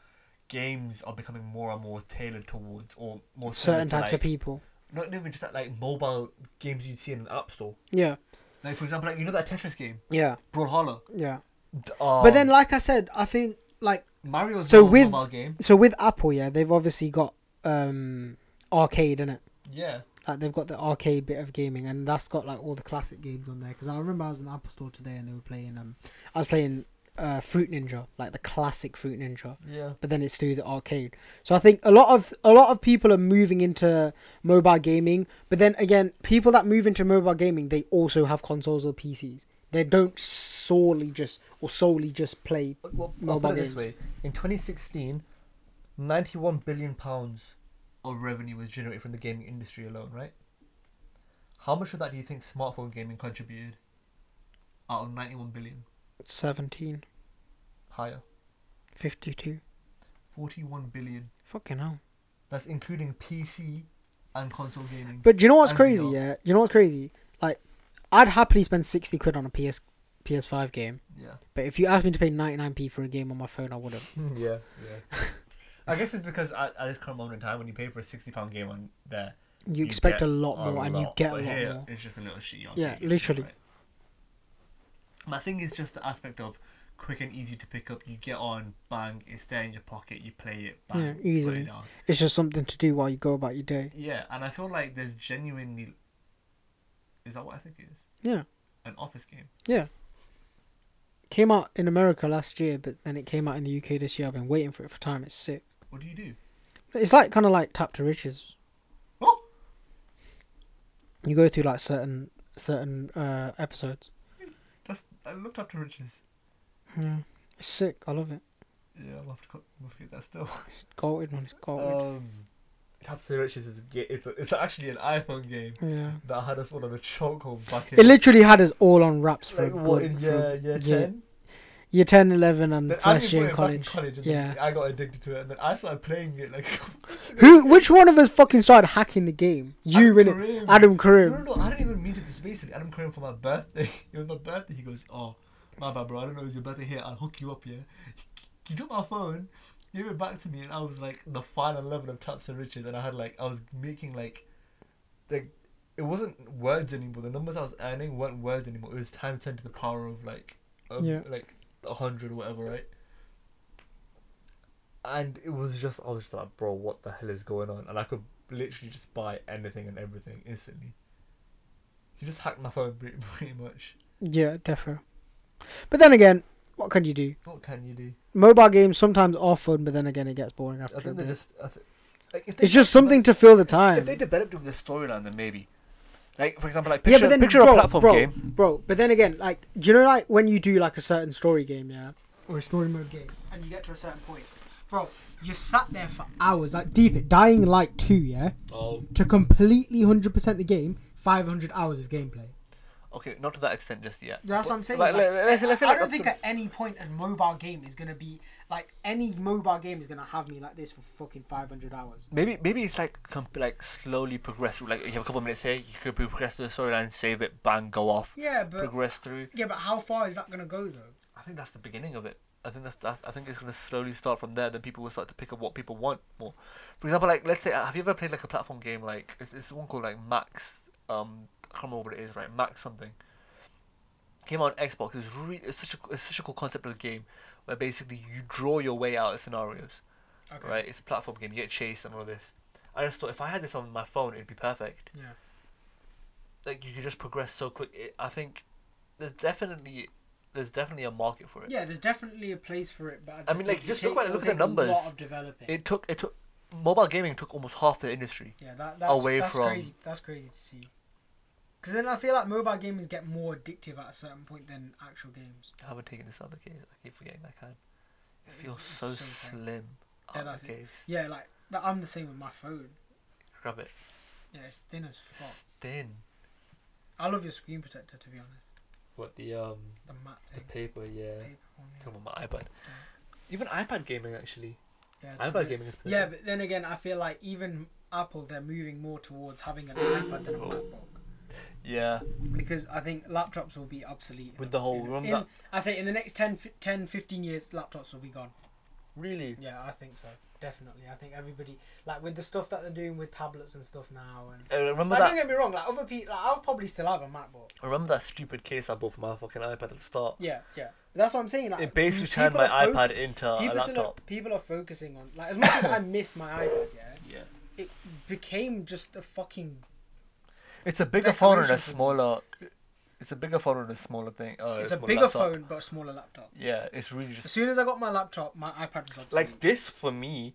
Speaker 2: games are becoming more and more tailored towards or more
Speaker 1: Certain
Speaker 2: tailored to,
Speaker 1: types of
Speaker 2: like-
Speaker 1: people.
Speaker 2: Not even just that like mobile games you'd see in an app store.
Speaker 1: Yeah.
Speaker 2: Like for example, like you know that Tetris game,
Speaker 1: Yeah.
Speaker 2: Brawlhalla.
Speaker 1: Yeah.
Speaker 2: D-
Speaker 1: but
Speaker 2: um,
Speaker 1: then like I said, I think like
Speaker 2: Mario's
Speaker 1: so
Speaker 2: not a
Speaker 1: with-
Speaker 2: mobile game.
Speaker 1: so with Apple, yeah, they've obviously got um arcade in it.
Speaker 2: Yeah.
Speaker 1: Like they've got the arcade bit of gaming, and that's got like all the classic games on there. Because I remember I was in the Apple Store today, and they were playing. Um, I was playing uh, Fruit Ninja, like the classic Fruit Ninja,
Speaker 2: Yeah.
Speaker 1: but then it's through the arcade. So I think a lot of a lot of people are moving into mobile gaming. But then again, people that move into mobile gaming, they also have consoles or PCs. They don't solely just or solely just play.
Speaker 2: Well, I'll
Speaker 1: Mobile
Speaker 2: put it this
Speaker 1: games.
Speaker 2: way: in 2016, 91 billion pounds of revenue was generated from the gaming industry alone, right? How much of that do you think smartphone gaming contributed? Out of 91 billion,
Speaker 1: 17,
Speaker 2: higher,
Speaker 1: 52.
Speaker 2: 41 billion.
Speaker 1: Fucking hell.
Speaker 2: That's including PC and console gaming.
Speaker 1: But do you know what's
Speaker 2: And
Speaker 1: crazy?
Speaker 2: VR.
Speaker 1: Yeah, do you know what's crazy? Like, I'd happily spend sixty quid on a PS PS5 game,
Speaker 2: yeah,
Speaker 1: but if you asked me to pay ninety nine p for a game on my phone, I wouldn't.
Speaker 2: yeah, yeah.
Speaker 6: I guess it's because at, at this current moment in time, when you pay for a sixty pound game on there,
Speaker 1: You, expect
Speaker 6: get
Speaker 1: a lot more, and you get a
Speaker 6: but
Speaker 1: lot
Speaker 6: here,
Speaker 1: more.
Speaker 6: It's just a little shitty.
Speaker 1: Yeah,
Speaker 6: arcade game,
Speaker 1: literally.
Speaker 6: right? My thing is just the aspect of
Speaker 2: quick and easy to pick up. You get on, bang, it's there in your pocket. You play it, bang,
Speaker 1: Yeah,
Speaker 2: put
Speaker 1: easily.
Speaker 2: it down.
Speaker 1: It's just something to do while you go about your day.
Speaker 2: Yeah, and I feel like there's genuinely. Is that what I think it is?
Speaker 1: Yeah.
Speaker 2: An office game.
Speaker 1: Yeah. Came out in America last year, but then it came out in the UK this year. I've been waiting for it for time. It's sick.
Speaker 2: What do you do?
Speaker 1: It's like kind of like Tap to Riches.
Speaker 2: Oh,
Speaker 1: You go through like certain certain uh, episodes.
Speaker 2: that's I looked up to riches.
Speaker 1: Yeah. It's sick. I love it.
Speaker 2: Yeah, I'll have to, co- I'll have to get that still.
Speaker 1: It's goated when it's goated.
Speaker 2: Um, Tap to Riches is a ga- it's a, it's actually an iPhone game
Speaker 1: yeah.
Speaker 2: that had us all on a chokehold back in.
Speaker 1: It literally had us all on wraps for,
Speaker 2: like,
Speaker 1: a
Speaker 2: what
Speaker 1: good,
Speaker 2: in
Speaker 1: for a
Speaker 2: year year
Speaker 1: year.
Speaker 2: ten.
Speaker 1: year 10, 11 and
Speaker 2: Then I
Speaker 1: first year in
Speaker 2: didn't put it
Speaker 1: college.
Speaker 2: back in college and
Speaker 1: yeah.
Speaker 2: then I got addicted to it, and then I started playing it like.
Speaker 1: Who? Which one of us fucking started hacking the game? You
Speaker 2: Adam
Speaker 1: really,
Speaker 2: Karim.
Speaker 1: Adam
Speaker 2: No,
Speaker 1: Karim.
Speaker 2: no, no, I didn't even mean to be basically Adam Curran for my birthday. It was my birthday. He goes, oh, my bad, bro. I don't know it was your birthday here. I'll hook you up, yeah. He took my phone, gave it back to me, and I was like the final level of Taps and Riches, and I had like I was making like, like, it wasn't words anymore. The numbers I was earning weren't words anymore. It was times ten to the power of like, um,
Speaker 1: Yeah.
Speaker 2: like a hundred or whatever, right? And it was just I was just like, bro, what the hell is going on? And I could literally just buy anything and everything instantly. He just hacked my phone pretty, pretty much.
Speaker 1: Yeah, defo. But then again, what can you do?
Speaker 2: What can you do?
Speaker 1: Mobile games sometimes are fun, but then again, it gets boring after.
Speaker 2: I
Speaker 1: a
Speaker 2: think they
Speaker 1: bit.
Speaker 2: just. I th- like if they
Speaker 1: it's just something to fill the time.
Speaker 2: If they developed it with a storyline, then maybe. Like for example, like
Speaker 1: yeah,
Speaker 2: picture,
Speaker 1: but then
Speaker 2: picture
Speaker 1: bro,
Speaker 2: a platform
Speaker 1: bro,
Speaker 2: game.
Speaker 1: bro. But then again, like, do you know, like when you do like a certain story game, yeah, or a story mode game, and you get to a certain point, bro, you sat there for hours, like deep at Dying Light Two, yeah,
Speaker 5: Oh,
Speaker 1: to completely hundred percent the game, five hundred hours of gameplay.
Speaker 2: Okay, not to that extent just yet.
Speaker 1: That's
Speaker 2: But-
Speaker 1: what I'm saying.
Speaker 2: Like,
Speaker 1: like,
Speaker 2: let- let's, let's say,
Speaker 1: I
Speaker 2: like,
Speaker 1: don't
Speaker 2: up
Speaker 1: think
Speaker 2: to-
Speaker 1: at any point a mobile game is gonna be like any mobile game is gonna have me like this for fucking five hundred hours.
Speaker 2: maybe maybe it's like comp- like slowly progress through. Like you have a couple minutes here, you could progress through the storyline, save it, bang, go off,
Speaker 1: Yeah, but
Speaker 2: progress through.
Speaker 1: yeah, but how far is that gonna go though?
Speaker 2: I think that's the beginning of it. I think that's, that's I think it's gonna slowly start from there. Then people will start to pick up what people want more. For example, like let's say, uh, have you ever played like a platform game? Like it's, it's one called like Max. Um, I can't remember what it is. Right, Max something. Came out on Xbox. It's really it's such a it's such a cool concept of a game where basically you draw your way out of scenarios. Right, it's a platform game. You get chased and all this. I just thought if I had this on my phone, it'd be perfect
Speaker 1: Yeah.
Speaker 2: like you could just progress so quick. It, I think there's definitely there's definitely a market for it.
Speaker 1: Yeah, there's definitely a place for it, but I, just
Speaker 2: mean, like,
Speaker 1: think it
Speaker 2: just
Speaker 1: take-
Speaker 2: look at-
Speaker 1: it'll
Speaker 2: look at the
Speaker 1: take A lot
Speaker 2: numbers.
Speaker 1: of developing.
Speaker 2: It took it took mobile gaming took almost half the industry.
Speaker 1: yeah, that, that's
Speaker 2: away
Speaker 1: that's
Speaker 2: from-
Speaker 1: crazy. That's crazy to see. Because then I feel like mobile gamers get more addictive at a certain point than actual games.
Speaker 2: I haven't taken this out of the case. I keep forgetting I can. It
Speaker 1: It's-
Speaker 2: feels
Speaker 1: it's
Speaker 2: so,
Speaker 1: so fair.
Speaker 2: slim
Speaker 1: Dead
Speaker 2: out of
Speaker 1: ass
Speaker 2: the
Speaker 1: it-
Speaker 2: case.
Speaker 1: Yeah, like that, I'm the same with my phone.
Speaker 2: Grab it
Speaker 1: Yeah, it's thin as fuck.
Speaker 2: thin.
Speaker 1: I love your screen protector to be honest.
Speaker 5: what the um
Speaker 1: The matte
Speaker 5: the
Speaker 1: thing.
Speaker 5: paper? Yeah.
Speaker 1: Paper one, yeah.
Speaker 2: Come on, my iPad. Even iPad gaming actually.
Speaker 1: Yeah, to
Speaker 2: iPad
Speaker 1: be-
Speaker 2: gaming is.
Speaker 1: Yeah, but then again, I feel like even Apple, they're moving more towards having an iPad than a MacBook
Speaker 2: yeah.
Speaker 1: because I think laptops will be obsolete. in
Speaker 2: With
Speaker 1: a-
Speaker 2: the whole-
Speaker 1: in a-
Speaker 2: remember
Speaker 1: in-
Speaker 2: that-
Speaker 1: I say in the next 10, fi- 10, 15 years, laptops will be gone.
Speaker 2: Really.
Speaker 1: Yeah, I think so. Definitely, I think everybody like with the stuff that they're doing with tablets and stuff now. And
Speaker 2: I Uh, remember
Speaker 1: like, don't
Speaker 2: that.
Speaker 1: get me wrong, like other people, like, I'll probably still have a MacBook.
Speaker 2: I remember that stupid case I bought for my fucking iPad at the start.
Speaker 1: Yeah, yeah. That's what I'm saying. Like
Speaker 2: It basically
Speaker 1: people
Speaker 2: turned my
Speaker 1: are
Speaker 2: iPad
Speaker 1: focus-
Speaker 2: into a
Speaker 1: people, still are,
Speaker 2: laptop.
Speaker 1: people are focusing on like as much as I miss my iPad. Yeah,
Speaker 2: Yeah.
Speaker 1: it became just a fucking
Speaker 2: It's a bigger phone and a
Speaker 1: Decoration for
Speaker 2: smaller. It's a bigger phone and a smaller thing. Uh,
Speaker 1: it's a
Speaker 2: smaller
Speaker 1: bigger
Speaker 2: laptop.
Speaker 1: phone but a smaller laptop.
Speaker 2: Yeah, it's really just
Speaker 1: As soon as I got my laptop, my iPad was obsolete.
Speaker 2: like this for me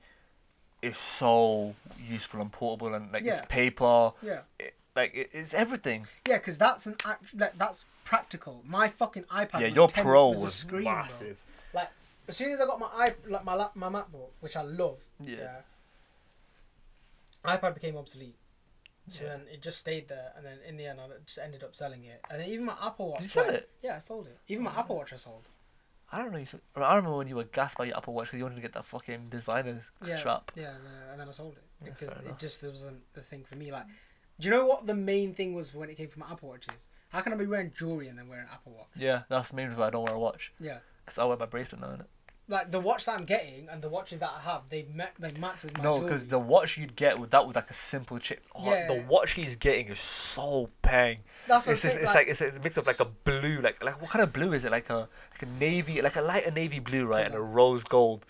Speaker 2: is so useful and portable and like
Speaker 1: Yeah.
Speaker 2: it's paper
Speaker 1: yeah,
Speaker 2: it, like it, it's everything
Speaker 1: yeah, because that's an act. That, that's practical. My fucking iPad.
Speaker 2: yeah
Speaker 1: was
Speaker 2: your
Speaker 1: 10
Speaker 2: pro
Speaker 1: was,
Speaker 2: was,
Speaker 1: a screen, bro.
Speaker 2: massive
Speaker 1: Like as soon as I got my i like my lap, my MacBook, which I love.
Speaker 2: Yeah.
Speaker 1: iPad became obsolete. So
Speaker 2: Yeah.
Speaker 1: then it just stayed there, and then in the end, I just ended up selling it. And then even my Apple Watch.
Speaker 2: you sell
Speaker 1: like-
Speaker 2: it? Mm.
Speaker 1: Yeah, I sold it. Even my Apple Watch, I sold.
Speaker 2: i don't know you said, i remember when you were gassed by your apple watch because you wanted to get that fucking designer
Speaker 1: Yeah,
Speaker 2: strap
Speaker 1: Yeah, yeah, and then I sold it
Speaker 2: Yeah,
Speaker 1: because
Speaker 2: fair
Speaker 1: it
Speaker 2: enough.
Speaker 1: just wasn't the thing for me. Like, do you know what the main thing was when it came from my Apple Watches? How can I be wearing jewelry and then wearing an Apple Watch?
Speaker 2: yeah that's the main reason why i don't wear a watch
Speaker 1: Yeah,
Speaker 2: because i wear my bracelet now innit?
Speaker 1: like the watch that I'm getting and the watches that I have, they met they match with my
Speaker 2: No,
Speaker 1: jewelry.
Speaker 2: because the watch you'd get with that was like a simple chip. Oh, The
Speaker 1: Yeah.
Speaker 2: watch he's getting is so bang.
Speaker 1: That's what
Speaker 2: it's,
Speaker 1: I'm
Speaker 2: just,
Speaker 1: saying,
Speaker 2: it's
Speaker 1: like-
Speaker 2: like, it's a mix of like a blue, like like what kind of blue is it? Like a like a navy, like a lighter navy blue, right? And a rose gold,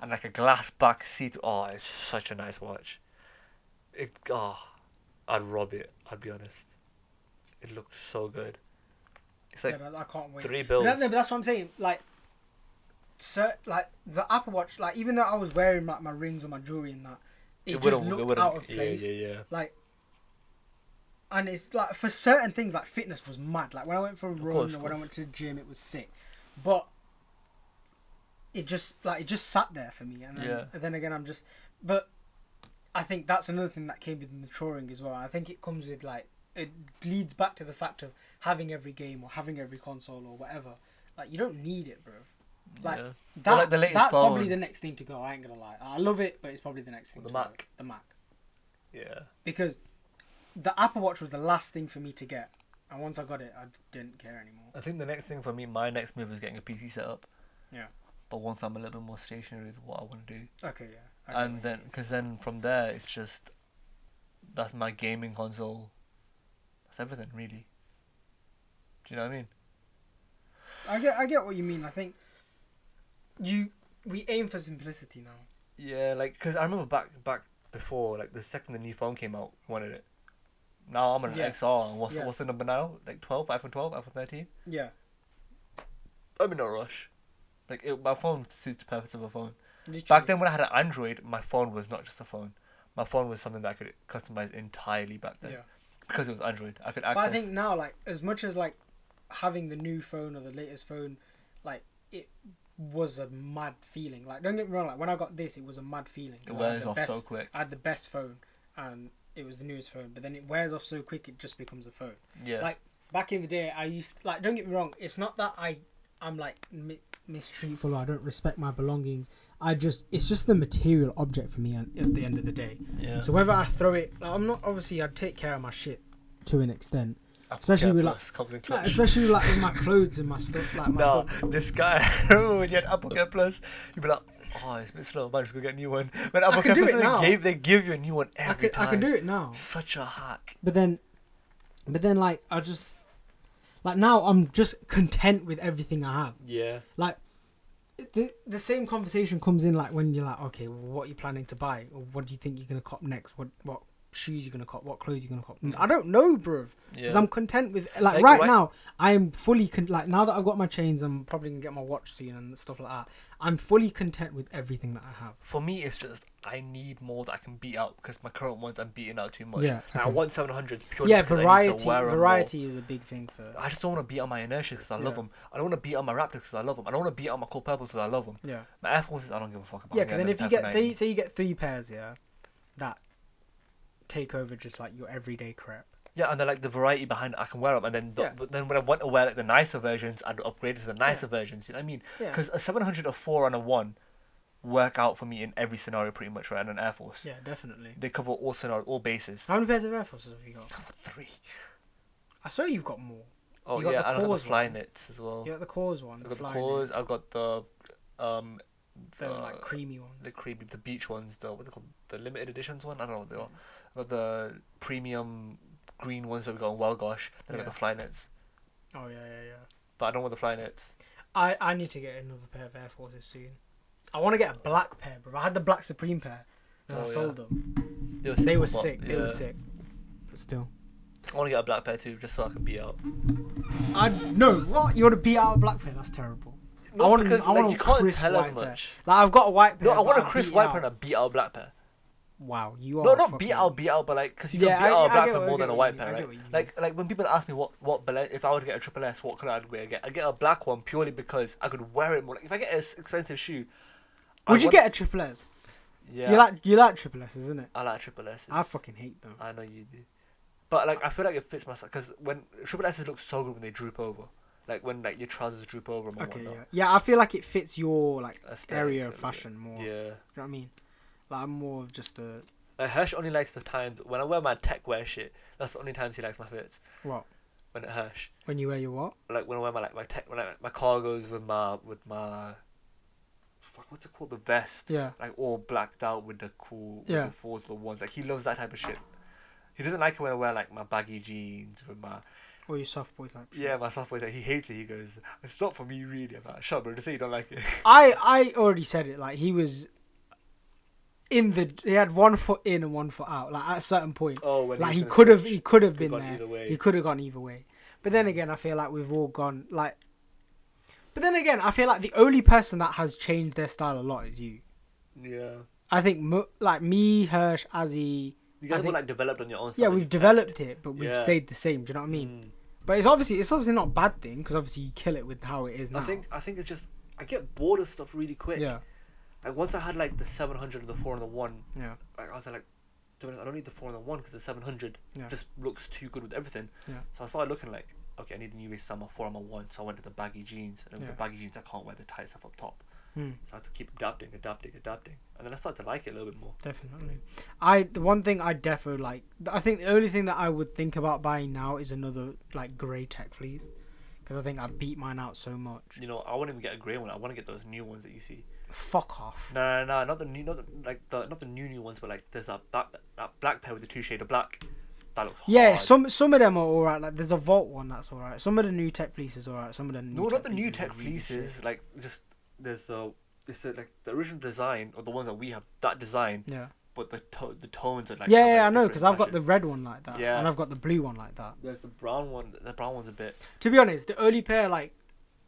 Speaker 2: and like a glass back seat. Oh, it's such a nice watch. It oh, I'd rob it. I'd be honest. It looks so good. It's like
Speaker 1: yeah, but I can't wait.
Speaker 2: three
Speaker 1: No,
Speaker 2: bills.
Speaker 1: no, but that's what I'm saying. Like, so, like the Apple Watch, like even though I was wearing like my rings or my jewelry and that, it, just
Speaker 2: wouldn't- it
Speaker 1: looked
Speaker 2: wouldn't-
Speaker 1: out of place.
Speaker 2: Yeah, yeah, yeah.
Speaker 1: Like, and it's like for certain things, like fitness was mad. Like when I went for a run
Speaker 2: course,
Speaker 1: or
Speaker 2: of
Speaker 1: when I
Speaker 2: course.
Speaker 1: went to the gym, it was sick. But it just like it just sat there for me, and then,
Speaker 2: Yeah.
Speaker 1: and then again, I'm just. But I think that's another thing that came with maturing as well. I think it comes with like it leads back to the fact of having every game or having every console or whatever. Like you don't need it, bro. Like
Speaker 2: Yeah. Well,
Speaker 1: that.
Speaker 2: like the latest
Speaker 1: that's probably
Speaker 2: phone.
Speaker 1: the next thing to go. I ain't gonna lie. I love it, but it's probably the next thing.
Speaker 2: The
Speaker 1: to Go.
Speaker 2: Mac.
Speaker 1: The Mac
Speaker 2: Yeah.
Speaker 1: because the Apple Watch was the last thing for me to get, and once I got it, I didn't care anymore.
Speaker 2: I think the next thing for me, my next move is getting a PC set up.
Speaker 1: Yeah.
Speaker 2: But once I'm a little bit more stationary, is what I want to do.
Speaker 1: Okay, yeah. Okay,
Speaker 2: and then because then from there it's just that's my gaming console that's everything really do you know what i mean
Speaker 1: I get, I get what you mean. I think you we aim for simplicity now.
Speaker 2: yeah like because i remember back back before like the second the new phone came out I wanted it now i'm on an
Speaker 1: Yeah.
Speaker 2: xr and what's,
Speaker 1: Yeah.
Speaker 2: what's the number now like 12 iphone 12 iphone 13
Speaker 1: Yeah,
Speaker 2: i'm in no rush like it, my phone suits the purpose of a phone
Speaker 1: literally.
Speaker 2: back then when i had an android my phone was not just a phone my phone was something that i could customize entirely back then
Speaker 1: Yeah,
Speaker 2: because it was android i could access
Speaker 1: but I think now, like as much as like having the new phone or the latest phone, like it was a mad feeling. Like don't get me wrong, like when I got this, it was a mad feeling. 'cause
Speaker 2: it
Speaker 1: I had
Speaker 2: wears
Speaker 1: the
Speaker 2: off
Speaker 1: best,
Speaker 2: so quick
Speaker 1: I had the best phone, and it was the newest phone. But then it wears off so quick, it just becomes a phone.
Speaker 2: yeah
Speaker 1: like back in the day i used like don't get me wrong it's not that i i'm like mi- mistreatful or i don't respect my belongings i just it's just the material object for me at at the end of the day
Speaker 2: yeah
Speaker 1: so whether i throw it like, i'm not obviously i take care of my shit to an extent Especially
Speaker 2: Yeah,
Speaker 1: with,
Speaker 2: plus
Speaker 1: like-
Speaker 2: Compton
Speaker 1: like,
Speaker 2: Club.
Speaker 1: especially like with my clothes and my stuff like my
Speaker 2: Nah,
Speaker 1: stuff
Speaker 2: this guy. oh, when you had Apple Care Plus, you'd be like, "Oh, it's a bit slow. Man, just go get a new one." When Apple
Speaker 1: can
Speaker 2: Care
Speaker 1: do
Speaker 2: Plus,
Speaker 1: it
Speaker 2: they
Speaker 1: now.
Speaker 2: gave they give you a new one
Speaker 1: i
Speaker 2: every
Speaker 1: can
Speaker 2: time.
Speaker 1: i can do it now
Speaker 2: Such a hack.
Speaker 1: but then but then like i just like now i'm just content with everything i have
Speaker 5: Yeah.
Speaker 1: like the the same conversation comes in like when you're like okay well, what are you planning to buy or what do you think you're gonna cop next what what shoes you're gonna cop what clothes you're gonna cop i don't know bruv because
Speaker 2: Mm. Yeah.
Speaker 1: i'm content with like,
Speaker 2: Like,
Speaker 1: right,
Speaker 2: right-
Speaker 1: now i am fully con- like now that i've got my chains i'm probably gonna get my watch soon and stuff like that i'm fully content with everything that i have
Speaker 2: For me, it's just I need more that I can beat out because my current ones I'm beating out too much.
Speaker 1: Yeah,
Speaker 2: Now, I
Speaker 1: okay.
Speaker 2: want 700 purely
Speaker 1: yeah
Speaker 2: because I need to
Speaker 1: variety
Speaker 2: wear 'em more.
Speaker 1: variety is a big thing for
Speaker 2: I just don't want to beat out my inertia because I love
Speaker 1: Yeah.
Speaker 2: them. I don't want to beat out my Raptors because I love them. I don't want to beat out my Cold Purple because I love them.
Speaker 1: yeah
Speaker 2: My Air Forces, I don't give a fuck about.
Speaker 1: yeah
Speaker 2: I'm
Speaker 1: because then
Speaker 2: getting them
Speaker 1: if you
Speaker 2: 10
Speaker 1: get
Speaker 2: for
Speaker 1: say
Speaker 2: 90.
Speaker 1: say you get three pairs yeah that take over just like your everyday crap
Speaker 2: Yeah, and then like the variety behind it, I can wear them, and then the,
Speaker 1: Yeah.
Speaker 2: but then when I want to wear like the nicer versions, I'd upgrade to the nicer versions. You know what I mean?
Speaker 1: Yeah.
Speaker 2: Because a seven hundred, a four, and a one work out for me in every scenario pretty much, right? And an Air Force,
Speaker 1: yeah definitely
Speaker 2: they cover all scenario, all bases.
Speaker 1: How many pairs of Air Forces have you got?
Speaker 2: Three.
Speaker 1: I swear you've got more.
Speaker 2: Oh
Speaker 1: You got
Speaker 2: yeah,
Speaker 1: the
Speaker 2: and I've got
Speaker 1: Cause
Speaker 2: the fly
Speaker 1: one.
Speaker 2: knits as well.
Speaker 1: You got the cores one, the
Speaker 2: I've got the
Speaker 1: flying
Speaker 2: cores.
Speaker 1: ones,
Speaker 2: I've got the um
Speaker 1: the
Speaker 2: the
Speaker 1: like creamy ones.
Speaker 2: the creepy the beach ones. The what they called the limited editions one. I don't know what they
Speaker 1: Mm.
Speaker 2: are. I've got the premium green ones that we got on Well Gosh. Then I
Speaker 1: Yeah.
Speaker 2: got the fly knits,
Speaker 1: Oh yeah, yeah, yeah.
Speaker 2: but I don't want the fly knits.
Speaker 1: I I need to get another pair of Air Forces soon. I want to get a black pair, bro. I had the black Supreme pair, then
Speaker 2: Oh,
Speaker 1: I
Speaker 2: yeah.
Speaker 1: sold them.
Speaker 2: They were
Speaker 1: They
Speaker 2: simple,
Speaker 1: were
Speaker 2: but-
Speaker 1: sick. They
Speaker 2: yeah.
Speaker 1: were sick. But still,
Speaker 2: I want to get a black pair too, just so I can be out.
Speaker 1: I no. What you want to beat out a black pair? That's terrible. I want
Speaker 2: because
Speaker 1: I want
Speaker 2: like, you
Speaker 1: a
Speaker 2: can't
Speaker 1: crisp
Speaker 2: tell
Speaker 1: white
Speaker 2: as much.
Speaker 1: pair. Like I've got a white pair.
Speaker 2: No, I
Speaker 1: but
Speaker 2: want a
Speaker 1: I'll
Speaker 2: crisp
Speaker 1: beat it
Speaker 2: white
Speaker 1: out.
Speaker 2: pair and a beat out black pair.
Speaker 1: Wow, you are.
Speaker 2: no, not
Speaker 1: fucking-
Speaker 2: beat out, beat out, but like because you
Speaker 1: Yeah,
Speaker 2: can
Speaker 1: I-
Speaker 2: beat out
Speaker 1: I
Speaker 2: a black
Speaker 1: get
Speaker 2: pair
Speaker 1: what- I
Speaker 2: more than
Speaker 1: get
Speaker 2: a
Speaker 1: what
Speaker 2: white
Speaker 1: you
Speaker 2: pair,
Speaker 1: mean, I get
Speaker 2: right?
Speaker 1: what you mean.
Speaker 2: Like like when people ask me what what bel- if I were to get a triple S, what color I'd wear, get I get a black one purely because I could wear it more. Like if I get an expensive shoe, I
Speaker 1: Would you
Speaker 2: want-
Speaker 1: get a triple S?
Speaker 2: Yeah,
Speaker 1: You like you like triple S, isn't it?
Speaker 2: I like triple S.
Speaker 1: I fucking hate them.
Speaker 2: I know you do, but like I feel like it fits my because when triple S's look so good when they droop over, like when like your trousers droop over and
Speaker 1: Okay,
Speaker 2: whatnot.
Speaker 1: yeah, yeah. I feel like it fits your like
Speaker 2: Aesthetic,
Speaker 1: area of
Speaker 2: yeah.
Speaker 1: fashion more. You know
Speaker 2: Yeah.
Speaker 1: what I mean? Like I'm more of just a
Speaker 2: Like Hirsch only likes the times when I wear my tech wear shit. That's the only times he likes my fits
Speaker 1: what
Speaker 2: when it Hirsch.
Speaker 1: when you wear your what?
Speaker 2: Like when I wear my like my tech when I, my cargos with my with my fuck, what's it called? The vest.
Speaker 1: Yeah.
Speaker 2: Like all blacked out with the cool with
Speaker 1: Yeah.
Speaker 2: the fours or ones. Like he loves that type of shit. He doesn't like it when I wear like my baggy jeans with my
Speaker 1: Or your soft boy type. shit.
Speaker 2: yeah, my soft boy that he hates it. He goes, It's not for me really. I'm like, shut up, bro, just say you don't like it.
Speaker 1: I I already said it. Like he was in the he had one foot in and one foot out. Like at a certain point,
Speaker 2: Oh, when he
Speaker 1: like
Speaker 2: was
Speaker 1: he
Speaker 2: gonna
Speaker 1: could have
Speaker 2: switch.
Speaker 1: he could have
Speaker 2: Could've
Speaker 1: been
Speaker 2: gone
Speaker 1: there.
Speaker 2: either way. Mm.
Speaker 1: He could have gone either way. But then again, I feel like we've all gone like. But then again, I feel like the only person that has changed their style a lot is you.
Speaker 2: e- yeah.
Speaker 1: I think mo- like me, Hirsch, Azzy. I
Speaker 2: You guys were
Speaker 1: think-
Speaker 2: like developed on your own.
Speaker 1: yeah,
Speaker 2: something.
Speaker 1: we've developed it, but we've
Speaker 2: Yeah.
Speaker 1: stayed the same. Do you know what I mean?
Speaker 2: Mm.
Speaker 1: But it's obviously it's obviously not a bad thing because obviously you kill it with how it is now.
Speaker 2: I think I think it's just I get bored of stuff really quick.
Speaker 1: yeah,
Speaker 2: Like once I had like the seven hundred and the four and the one,
Speaker 1: yeah,
Speaker 2: like, I was like, to be honest, I don't need the four and the one because the seven hundred
Speaker 1: Yeah.
Speaker 2: just looks too good with everything.
Speaker 1: Yeah.
Speaker 2: So I started looking like, okay, I need a new waist. I'm a four, I'm a one. So I went to the baggy jeans, and with
Speaker 1: Yeah.
Speaker 2: the baggy jeans I can't wear the tight stuff up top.
Speaker 1: Hmm.
Speaker 2: So I had to keep adapting, adapting, adapting, and then I started to like it a little bit more.
Speaker 1: definitely. I the one thing I defo like I think the only thing that I would think about buying now is another like grey tech fleece because I think I beat mine out so much.
Speaker 2: You know, I won't even get a grey one. I want to get those new ones that you see.
Speaker 1: Fuck off.
Speaker 2: No, no, no, not the new, not the, like the not the new new ones, but like there's that that, that black pair with the two shade of black. That looks
Speaker 1: Yeah,
Speaker 2: hard.
Speaker 1: some some of them are alright. Like there's a vault one that's alright. Some of the new tech fleeces alright. Some of the new
Speaker 2: No, not the new
Speaker 1: fleeces are
Speaker 2: tech
Speaker 1: really shit.
Speaker 2: fleeces. Like just there's uh, it's uh, like the original design or the ones that we have. That design,
Speaker 1: Yeah,
Speaker 2: but the to- the tones are like.
Speaker 1: yeah,
Speaker 2: have,
Speaker 1: yeah,
Speaker 2: like,
Speaker 1: I know
Speaker 2: different
Speaker 1: because I've got the
Speaker 2: patches.
Speaker 1: red one like that,
Speaker 2: Yeah.
Speaker 1: and I've got the blue one like that.
Speaker 2: There's the brown one. The brown one's a bit.
Speaker 1: To be honest, the only pair like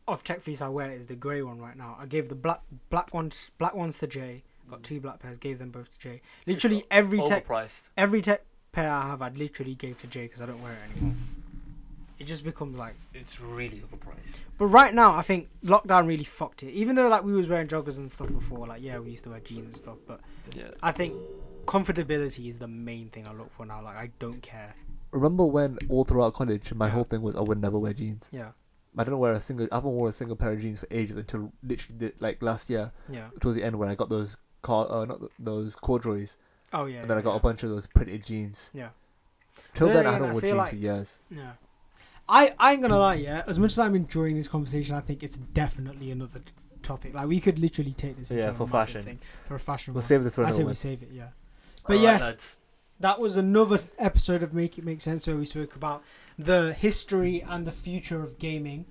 Speaker 1: of tech fleece I wear is the grey one right now. I gave the black black ones black ones to Jay. Got two black pairs. Gave them both to Jay. Literally every tech
Speaker 2: overpriced.
Speaker 1: every tech pair I have, I literally gave to Jay because I don't wear it anymore. It just becomes like.
Speaker 2: It's really overpriced.
Speaker 1: But right now, I think lockdown really fucked it. Even though like we was wearing joggers and stuff before, like yeah, we used to wear jeans and stuff. But
Speaker 2: Yeah.
Speaker 1: I think comfortability is the main thing I look for now. Like I don't care.
Speaker 2: Remember when all throughout college, my whole thing was I would never wear jeans.
Speaker 1: Yeah,
Speaker 2: I don't wear a single. I haven't worn a single pair of jeans for ages until literally the- like last year
Speaker 1: yeah.
Speaker 2: towards the end when I got those car, uh, not th- those corduroys,
Speaker 1: Oh yeah.
Speaker 2: and then I
Speaker 1: yeah,
Speaker 2: got
Speaker 1: yeah.
Speaker 2: a bunch of those printed jeans.
Speaker 1: Yeah.
Speaker 2: Till
Speaker 1: Then
Speaker 2: then, I
Speaker 1: again, I
Speaker 2: hadn't worn
Speaker 1: feel
Speaker 2: jeans
Speaker 1: like-
Speaker 2: for years.
Speaker 1: Yeah. I, I ain't gonna lie, yeah. As much as I'm enjoying this conversation, I think it's definitely another t- topic. Like we could literally take this into
Speaker 2: Yeah,
Speaker 1: a
Speaker 2: for
Speaker 1: massive
Speaker 2: fashion.
Speaker 1: thing for a fashion.
Speaker 2: We'll
Speaker 1: one.
Speaker 2: save this for
Speaker 1: I say
Speaker 2: another
Speaker 1: we
Speaker 2: one.
Speaker 1: save it, yeah. But yeah,
Speaker 2: Oh,
Speaker 1: that was another episode of Make It Make Sense where we spoke about the history and the future of gaming.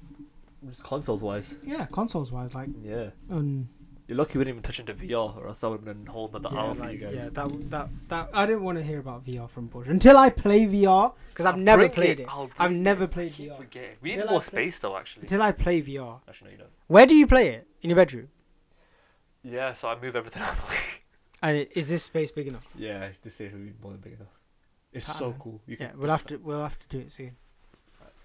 Speaker 2: consoles wise,
Speaker 1: Yeah, consoles wise, like
Speaker 2: yeah.
Speaker 1: um,
Speaker 2: You're lucky we didn't even touch into VR, or else I would have been whole another
Speaker 1: yeah,
Speaker 2: hour for you
Speaker 1: like,
Speaker 2: guys.
Speaker 1: yeah, that that that I didn't want to hear about VR from Bush until I play VR because I've never played it. I've never played VR
Speaker 2: We
Speaker 1: Till
Speaker 2: need
Speaker 1: I
Speaker 2: more
Speaker 1: play-
Speaker 2: space though, actually.
Speaker 1: until I play VR.
Speaker 2: Actually, no, you don't.
Speaker 1: Where do you play it in your bedroom?
Speaker 2: Yeah, so I move everything out of the way.
Speaker 1: And i- is this space big enough?
Speaker 2: Yeah, this stage would be more than big enough. It's
Speaker 1: Ah,
Speaker 2: so
Speaker 1: man.
Speaker 2: cool. You
Speaker 1: Yeah, we'll have to we'll have to do it soon.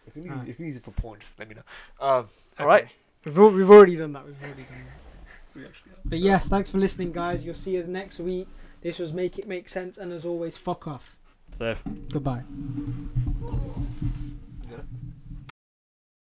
Speaker 2: If you, need,
Speaker 1: Alright.
Speaker 2: if you need it for porn, just let me know. Um,
Speaker 1: Okay.
Speaker 2: all right.
Speaker 1: We've, al- we've already done that. We've already done that.
Speaker 2: We actually are.
Speaker 1: But yes, thanks for listening, guys. You'll see us next week. This was Make It Make Sense, and as always, fuck off.
Speaker 2: So if
Speaker 1: Goodbye.